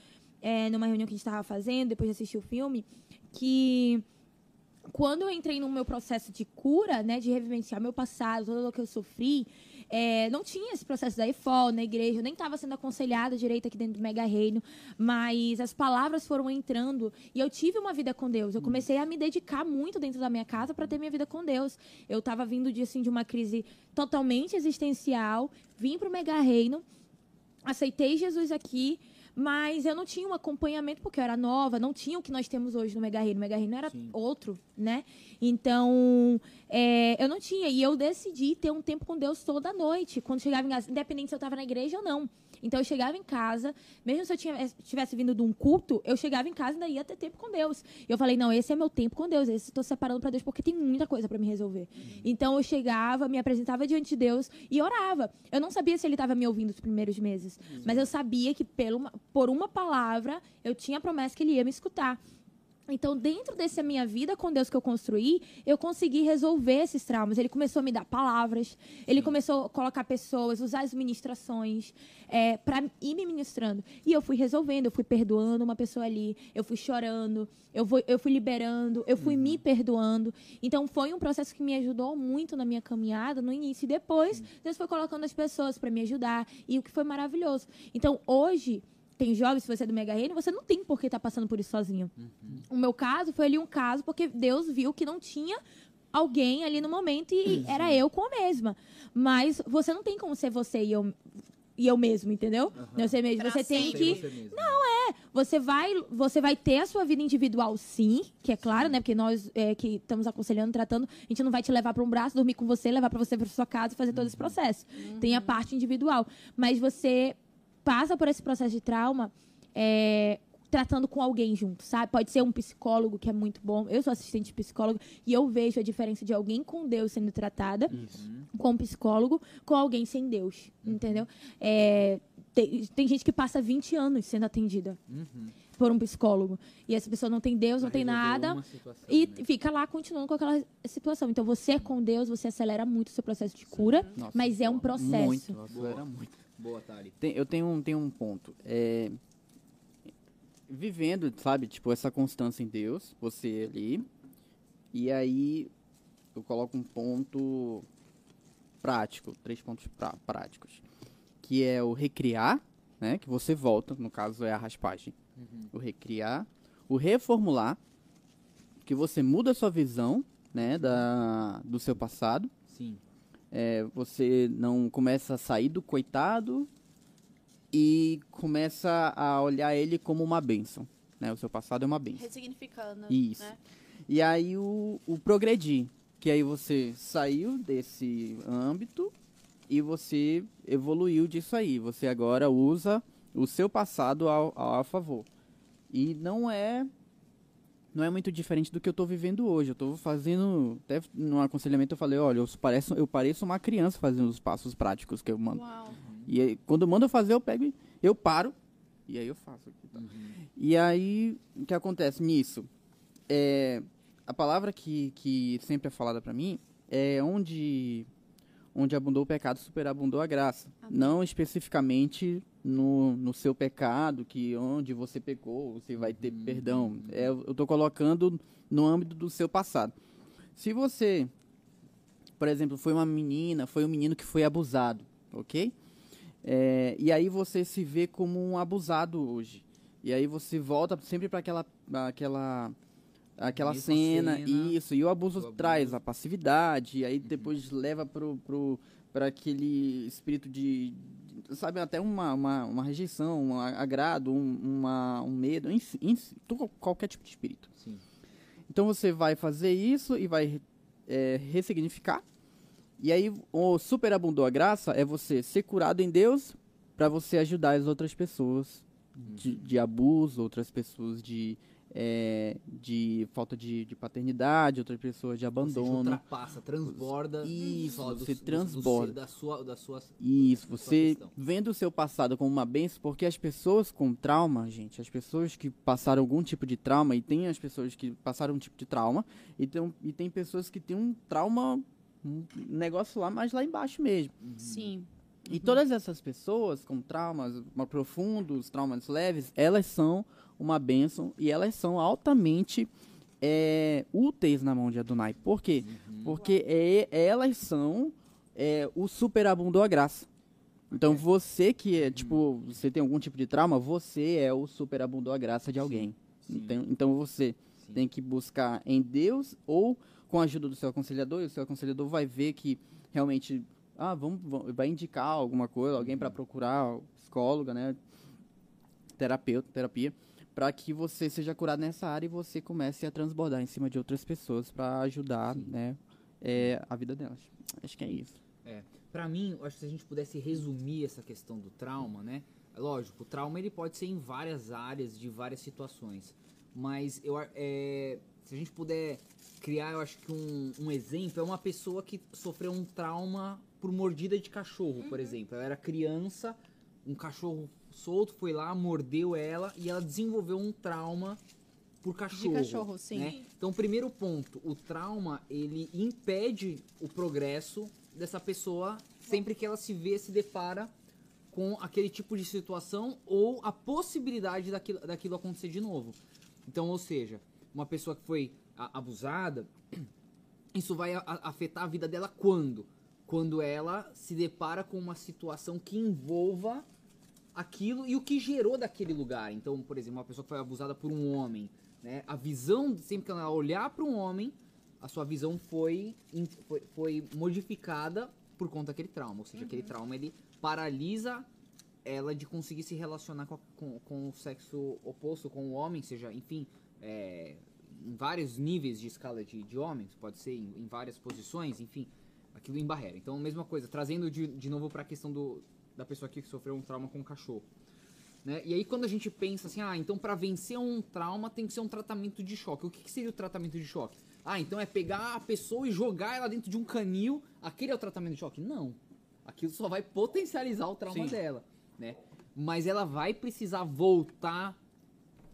é, numa reunião que a gente estava fazendo, depois de assistir o filme, que quando eu entrei no meu processo de cura, né, de revivenciar meu passado, tudo o que eu sofri, é, não tinha esse processo da EFOL na igreja, eu nem estava sendo aconselhada direito aqui dentro do Mega Reino, mas as palavras foram entrando e eu tive uma vida com Deus. Eu comecei a me dedicar muito dentro da minha casa para ter minha vida com Deus. Eu estava vindo de, assim, de uma crise totalmente existencial, vim para o Mega Reino, aceitei Jesus aqui. Mas eu não tinha um acompanhamento porque eu era nova, não tinha o que nós temos hoje no Mega Reino. O Mega Reino era outro, né? Então, é, eu não tinha. E eu decidi ter um tempo com Deus toda noite, quando chegava em casa, independente se eu estava na igreja ou não. Então, eu chegava em casa, mesmo se eu tinha- tivesse vindo de um culto, eu chegava em casa e ainda ia ter tempo com Deus. E eu falei, não, esse é meu tempo com Deus, esse eu tô separando para Deus, porque tem muita coisa para me resolver. Então, eu chegava, me apresentava diante de Deus e orava. Eu não sabia se ele estava me ouvindo os primeiros meses, mas eu sabia que pelo, por uma palavra, eu tinha a promessa que ele ia me escutar. Então, dentro dessa minha vida com Deus que eu construí, eu consegui resolver esses traumas. Ele começou a me dar palavras, ele começou a colocar pessoas, usar as ministrações é, para ir me ministrando. E eu fui resolvendo, eu fui perdoando uma pessoa ali, eu fui chorando, eu fui, eu fui liberando, eu fui me perdoando. Então, foi um processo que me ajudou muito na minha caminhada no início. E Uhum. depois, Deus foi colocando as pessoas para me ajudar, e o que foi maravilhoso. Então, hoje. Tem jovens, se você é do Mega Reino, você não tem por que estar passando por isso sozinho. Uhum. O meu caso foi ali um caso porque Deus viu que não tinha alguém ali no momento e Uhum. era eu com a mesma. Mas você não tem como ser você e eu e eu mesmo, entendeu? Você mesmo, Uhum. Pra você tem sempre. Sei que você mesmo. você vai, você vai ter a sua vida individual, sim, que é claro, né? Porque nós é, que estamos aconselhando, tratando, a gente não vai te levar para um braço, dormir com você, levar para você para sua casa e fazer todo esse processo. Tem a parte individual, mas você passa por esse processo de trauma. é, Tratando com alguém junto, sabe? Pode ser um psicólogo que é muito bom. Eu sou assistente de psicólogo e eu vejo a diferença de alguém com Deus sendo tratada com um psicólogo com alguém sem Deus, entendeu? É, tem, tem gente que passa 20 anos sendo atendida Uhum. por um psicólogo. E essa pessoa não tem Deus, não Pra tem resolver nada. uma situação, E né? fica lá continuando com aquela situação. Então, você com Deus, você acelera muito o seu processo de cura, Nossa, mas é um processo. Muito. Nossa, Boa. era muito. Boa, Thali. Tem- eu tenho um, tenho um ponto. É, vivendo, sabe, tipo, essa constância em Deus, você ali. E aí eu coloco um ponto prático, três pontos prá- práticos. Que é o recriar, né? Que você volta, no caso é a raspagem. Uhum. O recriar, o reformular, que você muda a sua visão, né, da, do seu passado Sim. você não começa a sair do coitado e começa a olhar ele como uma bênção, né? O seu passado é uma bênção. Ressignificando. Isso. Né? E aí o, o progredir, que aí você saiu desse âmbito e você evoluiu disso aí. Você agora usa o seu passado ao, ao- a favor. E não é não é muito diferente do que eu tô vivendo hoje. Eu tô fazendo. Até no aconselhamento eu falei, olha, eu pareço, eu pareço uma criança fazendo os passos práticos que eu mando. Uau. E aí, quando manda eu fazer, eu pego, e- eu paro, e aí eu faço. aqui, tá? Uhum. E aí, o que acontece nisso? É, a palavra que, que sempre é falada pra mim é onde, onde abundou o pecado, superabundou a graça. Não especificamente no, no seu pecado, que onde você pecou, você vai ter perdão. É, eu tô colocando no âmbito do seu passado. Se você, por exemplo, foi uma menina, foi um menino que foi abusado, ok? É, e aí você se vê como um abusado hoje. E aí você volta sempre para aquela aquela aquela Mesma cena, cena, isso. E o abuso, o abuso. Uhum. traz a passividade, e aí depois leva pro pro para aquele espírito de de- sabe até uma, uma, uma rejeição, um a- agrado, um, uma, um medo, em, si- em si, to- qualquer tipo de espírito. Sim. Então você vai fazer isso e vai é, ressignificar. E aí o superabundou a graça é você ser curado em Deus para você ajudar as outras pessoas Uhum. de, de abuso, outras pessoas de, é, de falta de, de paternidade, outras pessoas de Ou seja, abandono. ultrapassa, transborda. Isso, só do- você do- do- transborda. da sua, da sua, Isso, sua você questão. vendo o seu passado como uma benção, porque as pessoas com trauma, gente, as pessoas que passaram algum tipo de trauma, e tem as pessoas que passaram um tipo de trauma, e tem, um, e tem pessoas que têm um trauma, um negócio lá, mas lá embaixo mesmo. Uhum. Sim. E todas essas pessoas com traumas mais profundos, traumas leves, elas são uma benção e elas são altamente é, úteis na mão de Adonai. Por quê? Uhum. Porque é- elas são é, o superabundou a graça. Então você que Uhum. é, tipo, você tem algum tipo de trauma, você é o superabundou a graça de alguém. Sim, Então, então você sim. tem que buscar em Deus ou com a ajuda do seu aconselhador, e o seu aconselhador vai ver que realmente ah, vamos, vamos- vai indicar alguma coisa, alguém para procurar, psicóloga, né? Terapeuta, terapia, para que você seja curado nessa área e você comece a transbordar em cima de outras pessoas para ajudar, né, é, a vida delas. Acho que é isso. Pra mim, eu acho que se a gente pudesse resumir essa questão do trauma, né? Lógico, o trauma ele pode ser em várias áreas, de várias situações. Mas eu, a- é, se a gente puder criar, eu acho que um, um exemplo é uma pessoa que sofreu um trauma por mordida de cachorro, por exemplo. Ela era criança, um cachorro solto foi lá, mordeu ela e ela desenvolveu um trauma por De cachorro. cachorro, sim. né? Então, primeiro ponto, o trauma ele impede o progresso dessa pessoa sempre que ela se vê, se depara com aquele tipo de situação ou a possibilidade daquilo, daquilo acontecer de novo. Então, ou seja, uma pessoa que foi a- abusada, isso vai a- a- afetar a vida dela quando? Quando ela se depara com uma situação que envolva aquilo e o que gerou daquele lugar. Então, por exemplo, uma pessoa que foi abusada por um homem, né? A visão, sempre que ela olhar para um homem, a sua visão foi, in- foi, foi modificada por conta daquele trauma. Ou seja, aquele trauma ele paralisa ela de conseguir se relacionar com, a- com, com o sexo oposto, com o homem, seja, enfim, é, em vários níveis de escala de, de homens, pode ser em, em várias posições, enfim, aquilo em barreira. Então, a mesma coisa, trazendo de, de novo para a questão do, da pessoa que sofreu um trauma com o cachorro. Né? E aí, quando a gente pensa assim, ah, então para vencer um trauma tem que ser um tratamento de choque. O que, que seria o tratamento de choque? Ah, então é pegar a pessoa e jogar ela dentro de um canil, aquele é o tratamento de choque? Não. Aquilo só vai potencializar o trauma dela, né? Mas ela vai precisar voltar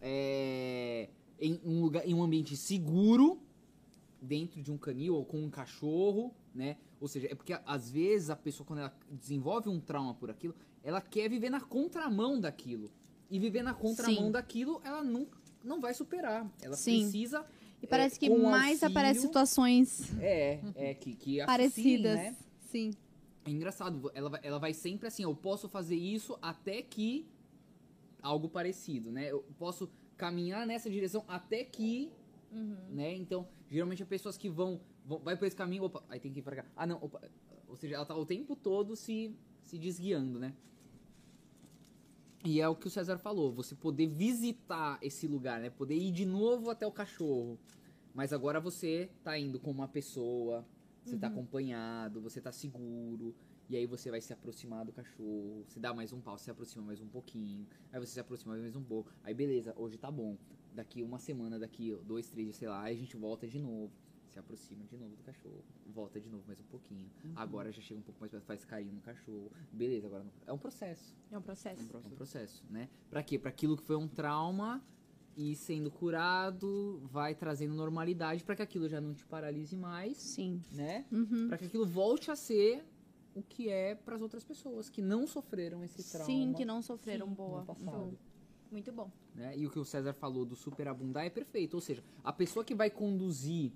é, em, um lugar, em um ambiente seguro, dentro de um canil ou com um cachorro, né? Ou seja, é porque a- às vezes a pessoa, quando ela desenvolve um trauma por aquilo, ela quer viver na contramão daquilo. E viver na contramão Sim. daquilo, ela não, não vai superar. Ela Sim. precisa. E parece é, que com mais auxílio- aparecem situações É, é que, que associem, parecidas. né? Sim. É engraçado, ela, vai- ela vai sempre assim, eu posso fazer isso até que algo parecido, né? Eu posso caminhar nessa direção até que, né? Então, geralmente é pessoas que vão, vão vai por esse caminho, opa, aí tem que ir pra cá. Ah, não, opa. Ou seja, ela tá o tempo todo se se desguiando, né? E é o que o César falou, você poder visitar esse lugar, né? Poder ir de novo até o cachorro. Mas agora você tá indo com uma pessoa, você tá acompanhado, você tá seguro. E aí você vai se aproximar do cachorro, você dá mais um pau, você se aproxima mais um pouquinho, aí você se aproxima mais um pouco. Aí beleza, hoje tá bom. daqui uma semana, daqui dois, três, dias, sei lá, aí a gente volta de novo. Se aproxima de novo do cachorro, volta de novo mais um pouquinho. Agora já chega um pouco mais perto, faz carinho no cachorro. Beleza, agora não- é um processo. É um processo. É um processo, né? Pra quê? Pra aquilo que foi um trauma e sendo curado, vai trazendo normalidade pra que aquilo já não te paralise mais, Sim. né? Uhum. Pra que aquilo volte a ser o que é pras outras pessoas que não sofreram esse trauma. Sim, que não sofreram boa. no passado. Uhum. Muito bom. né? E o que o César falou do superabundar é perfeito. Ou seja, a pessoa que vai conduzir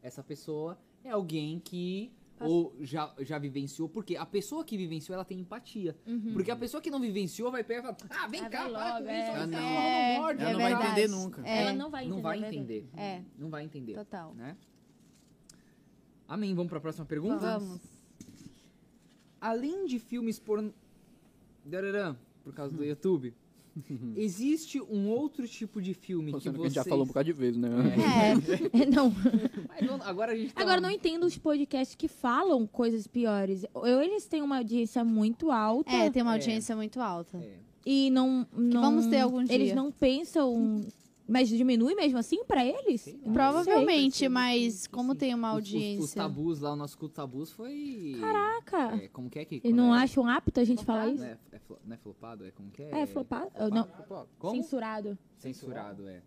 essa pessoa é alguém que ou já, já vivenciou, porque a pessoa que vivenciou, ela tem empatia. Porque a pessoa que não vivenciou vai pegar e fala, ah, vem Ah, cá, vai para logo, com é. isso, Ah, olha que não. cachorro não morde, É né? Ela não vai vai verdade. entender nunca. É. Ela não vai entender. Não vai é verdade. entender. É, Não vai entender, total. né? Amém, vamos pra próxima pergunta? Vamos. Além de filmes pornô... Dararã, por causa do YouTube, existe um outro tipo de filme que Sendo que a vocês... gente já falou um bocado de vezes, né? É, não. Mas não- agora a gente tá né? Agora, eu não entendo os podcasts que falam coisas piores. Eu, eles têm uma audiência muito alta É, tem uma audiência muito alta. É. e não, não. vamos ter algum dia. Eles não pensam. Mas diminui mesmo assim pra eles? Sei lá. Não Provavelmente, sei. mas como tem uma Os- os- Os, audiência. tabus lá, o nosso culto tabus foi. Caraca! sei. Caraca. como que é que. Eles quando não é- acham apto a gente falar isso? Não é, é flo- não é flopado? É como que é? É, flopado. eu Não, Como? censurado. Censurado, é.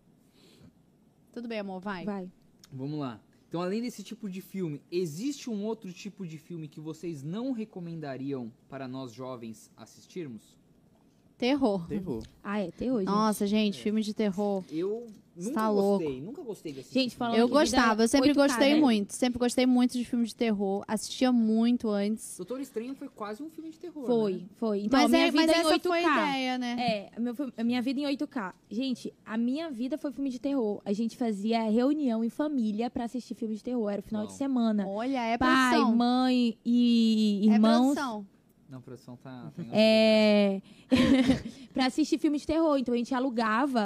Tudo bem, amor, vai. Vai. Vamos lá. Então, além desse tipo de filme, existe um outro tipo de filme que vocês não recomendariam para nós jovens assistirmos? Terror. Terror. Ah, é, até hoje. Nossa, gente, filme de terror. Eu Você nunca tá gostei, nunca gostei desse Gente, tipo. falando Eu de gostava, vida eu sempre 8K, gostei né? muito. Sempre gostei muito de filme de terror. Assistia muito antes. Doutor Estranho foi quase um filme de terror. Foi, né? foi. Então, a mas minha é, vida mas em essa 8K. foi a ideia, né? É, meu fi- a minha vida em 8K. Gente, a minha vida foi filme de terror. A gente fazia reunião em família pra assistir filme de terror. Era o final Uau. de semana. Olha, é Pai, produção. mãe e é irmãos. produção. Não, a produção tá. tá É. pra assistir filme de terror. Então a gente alugava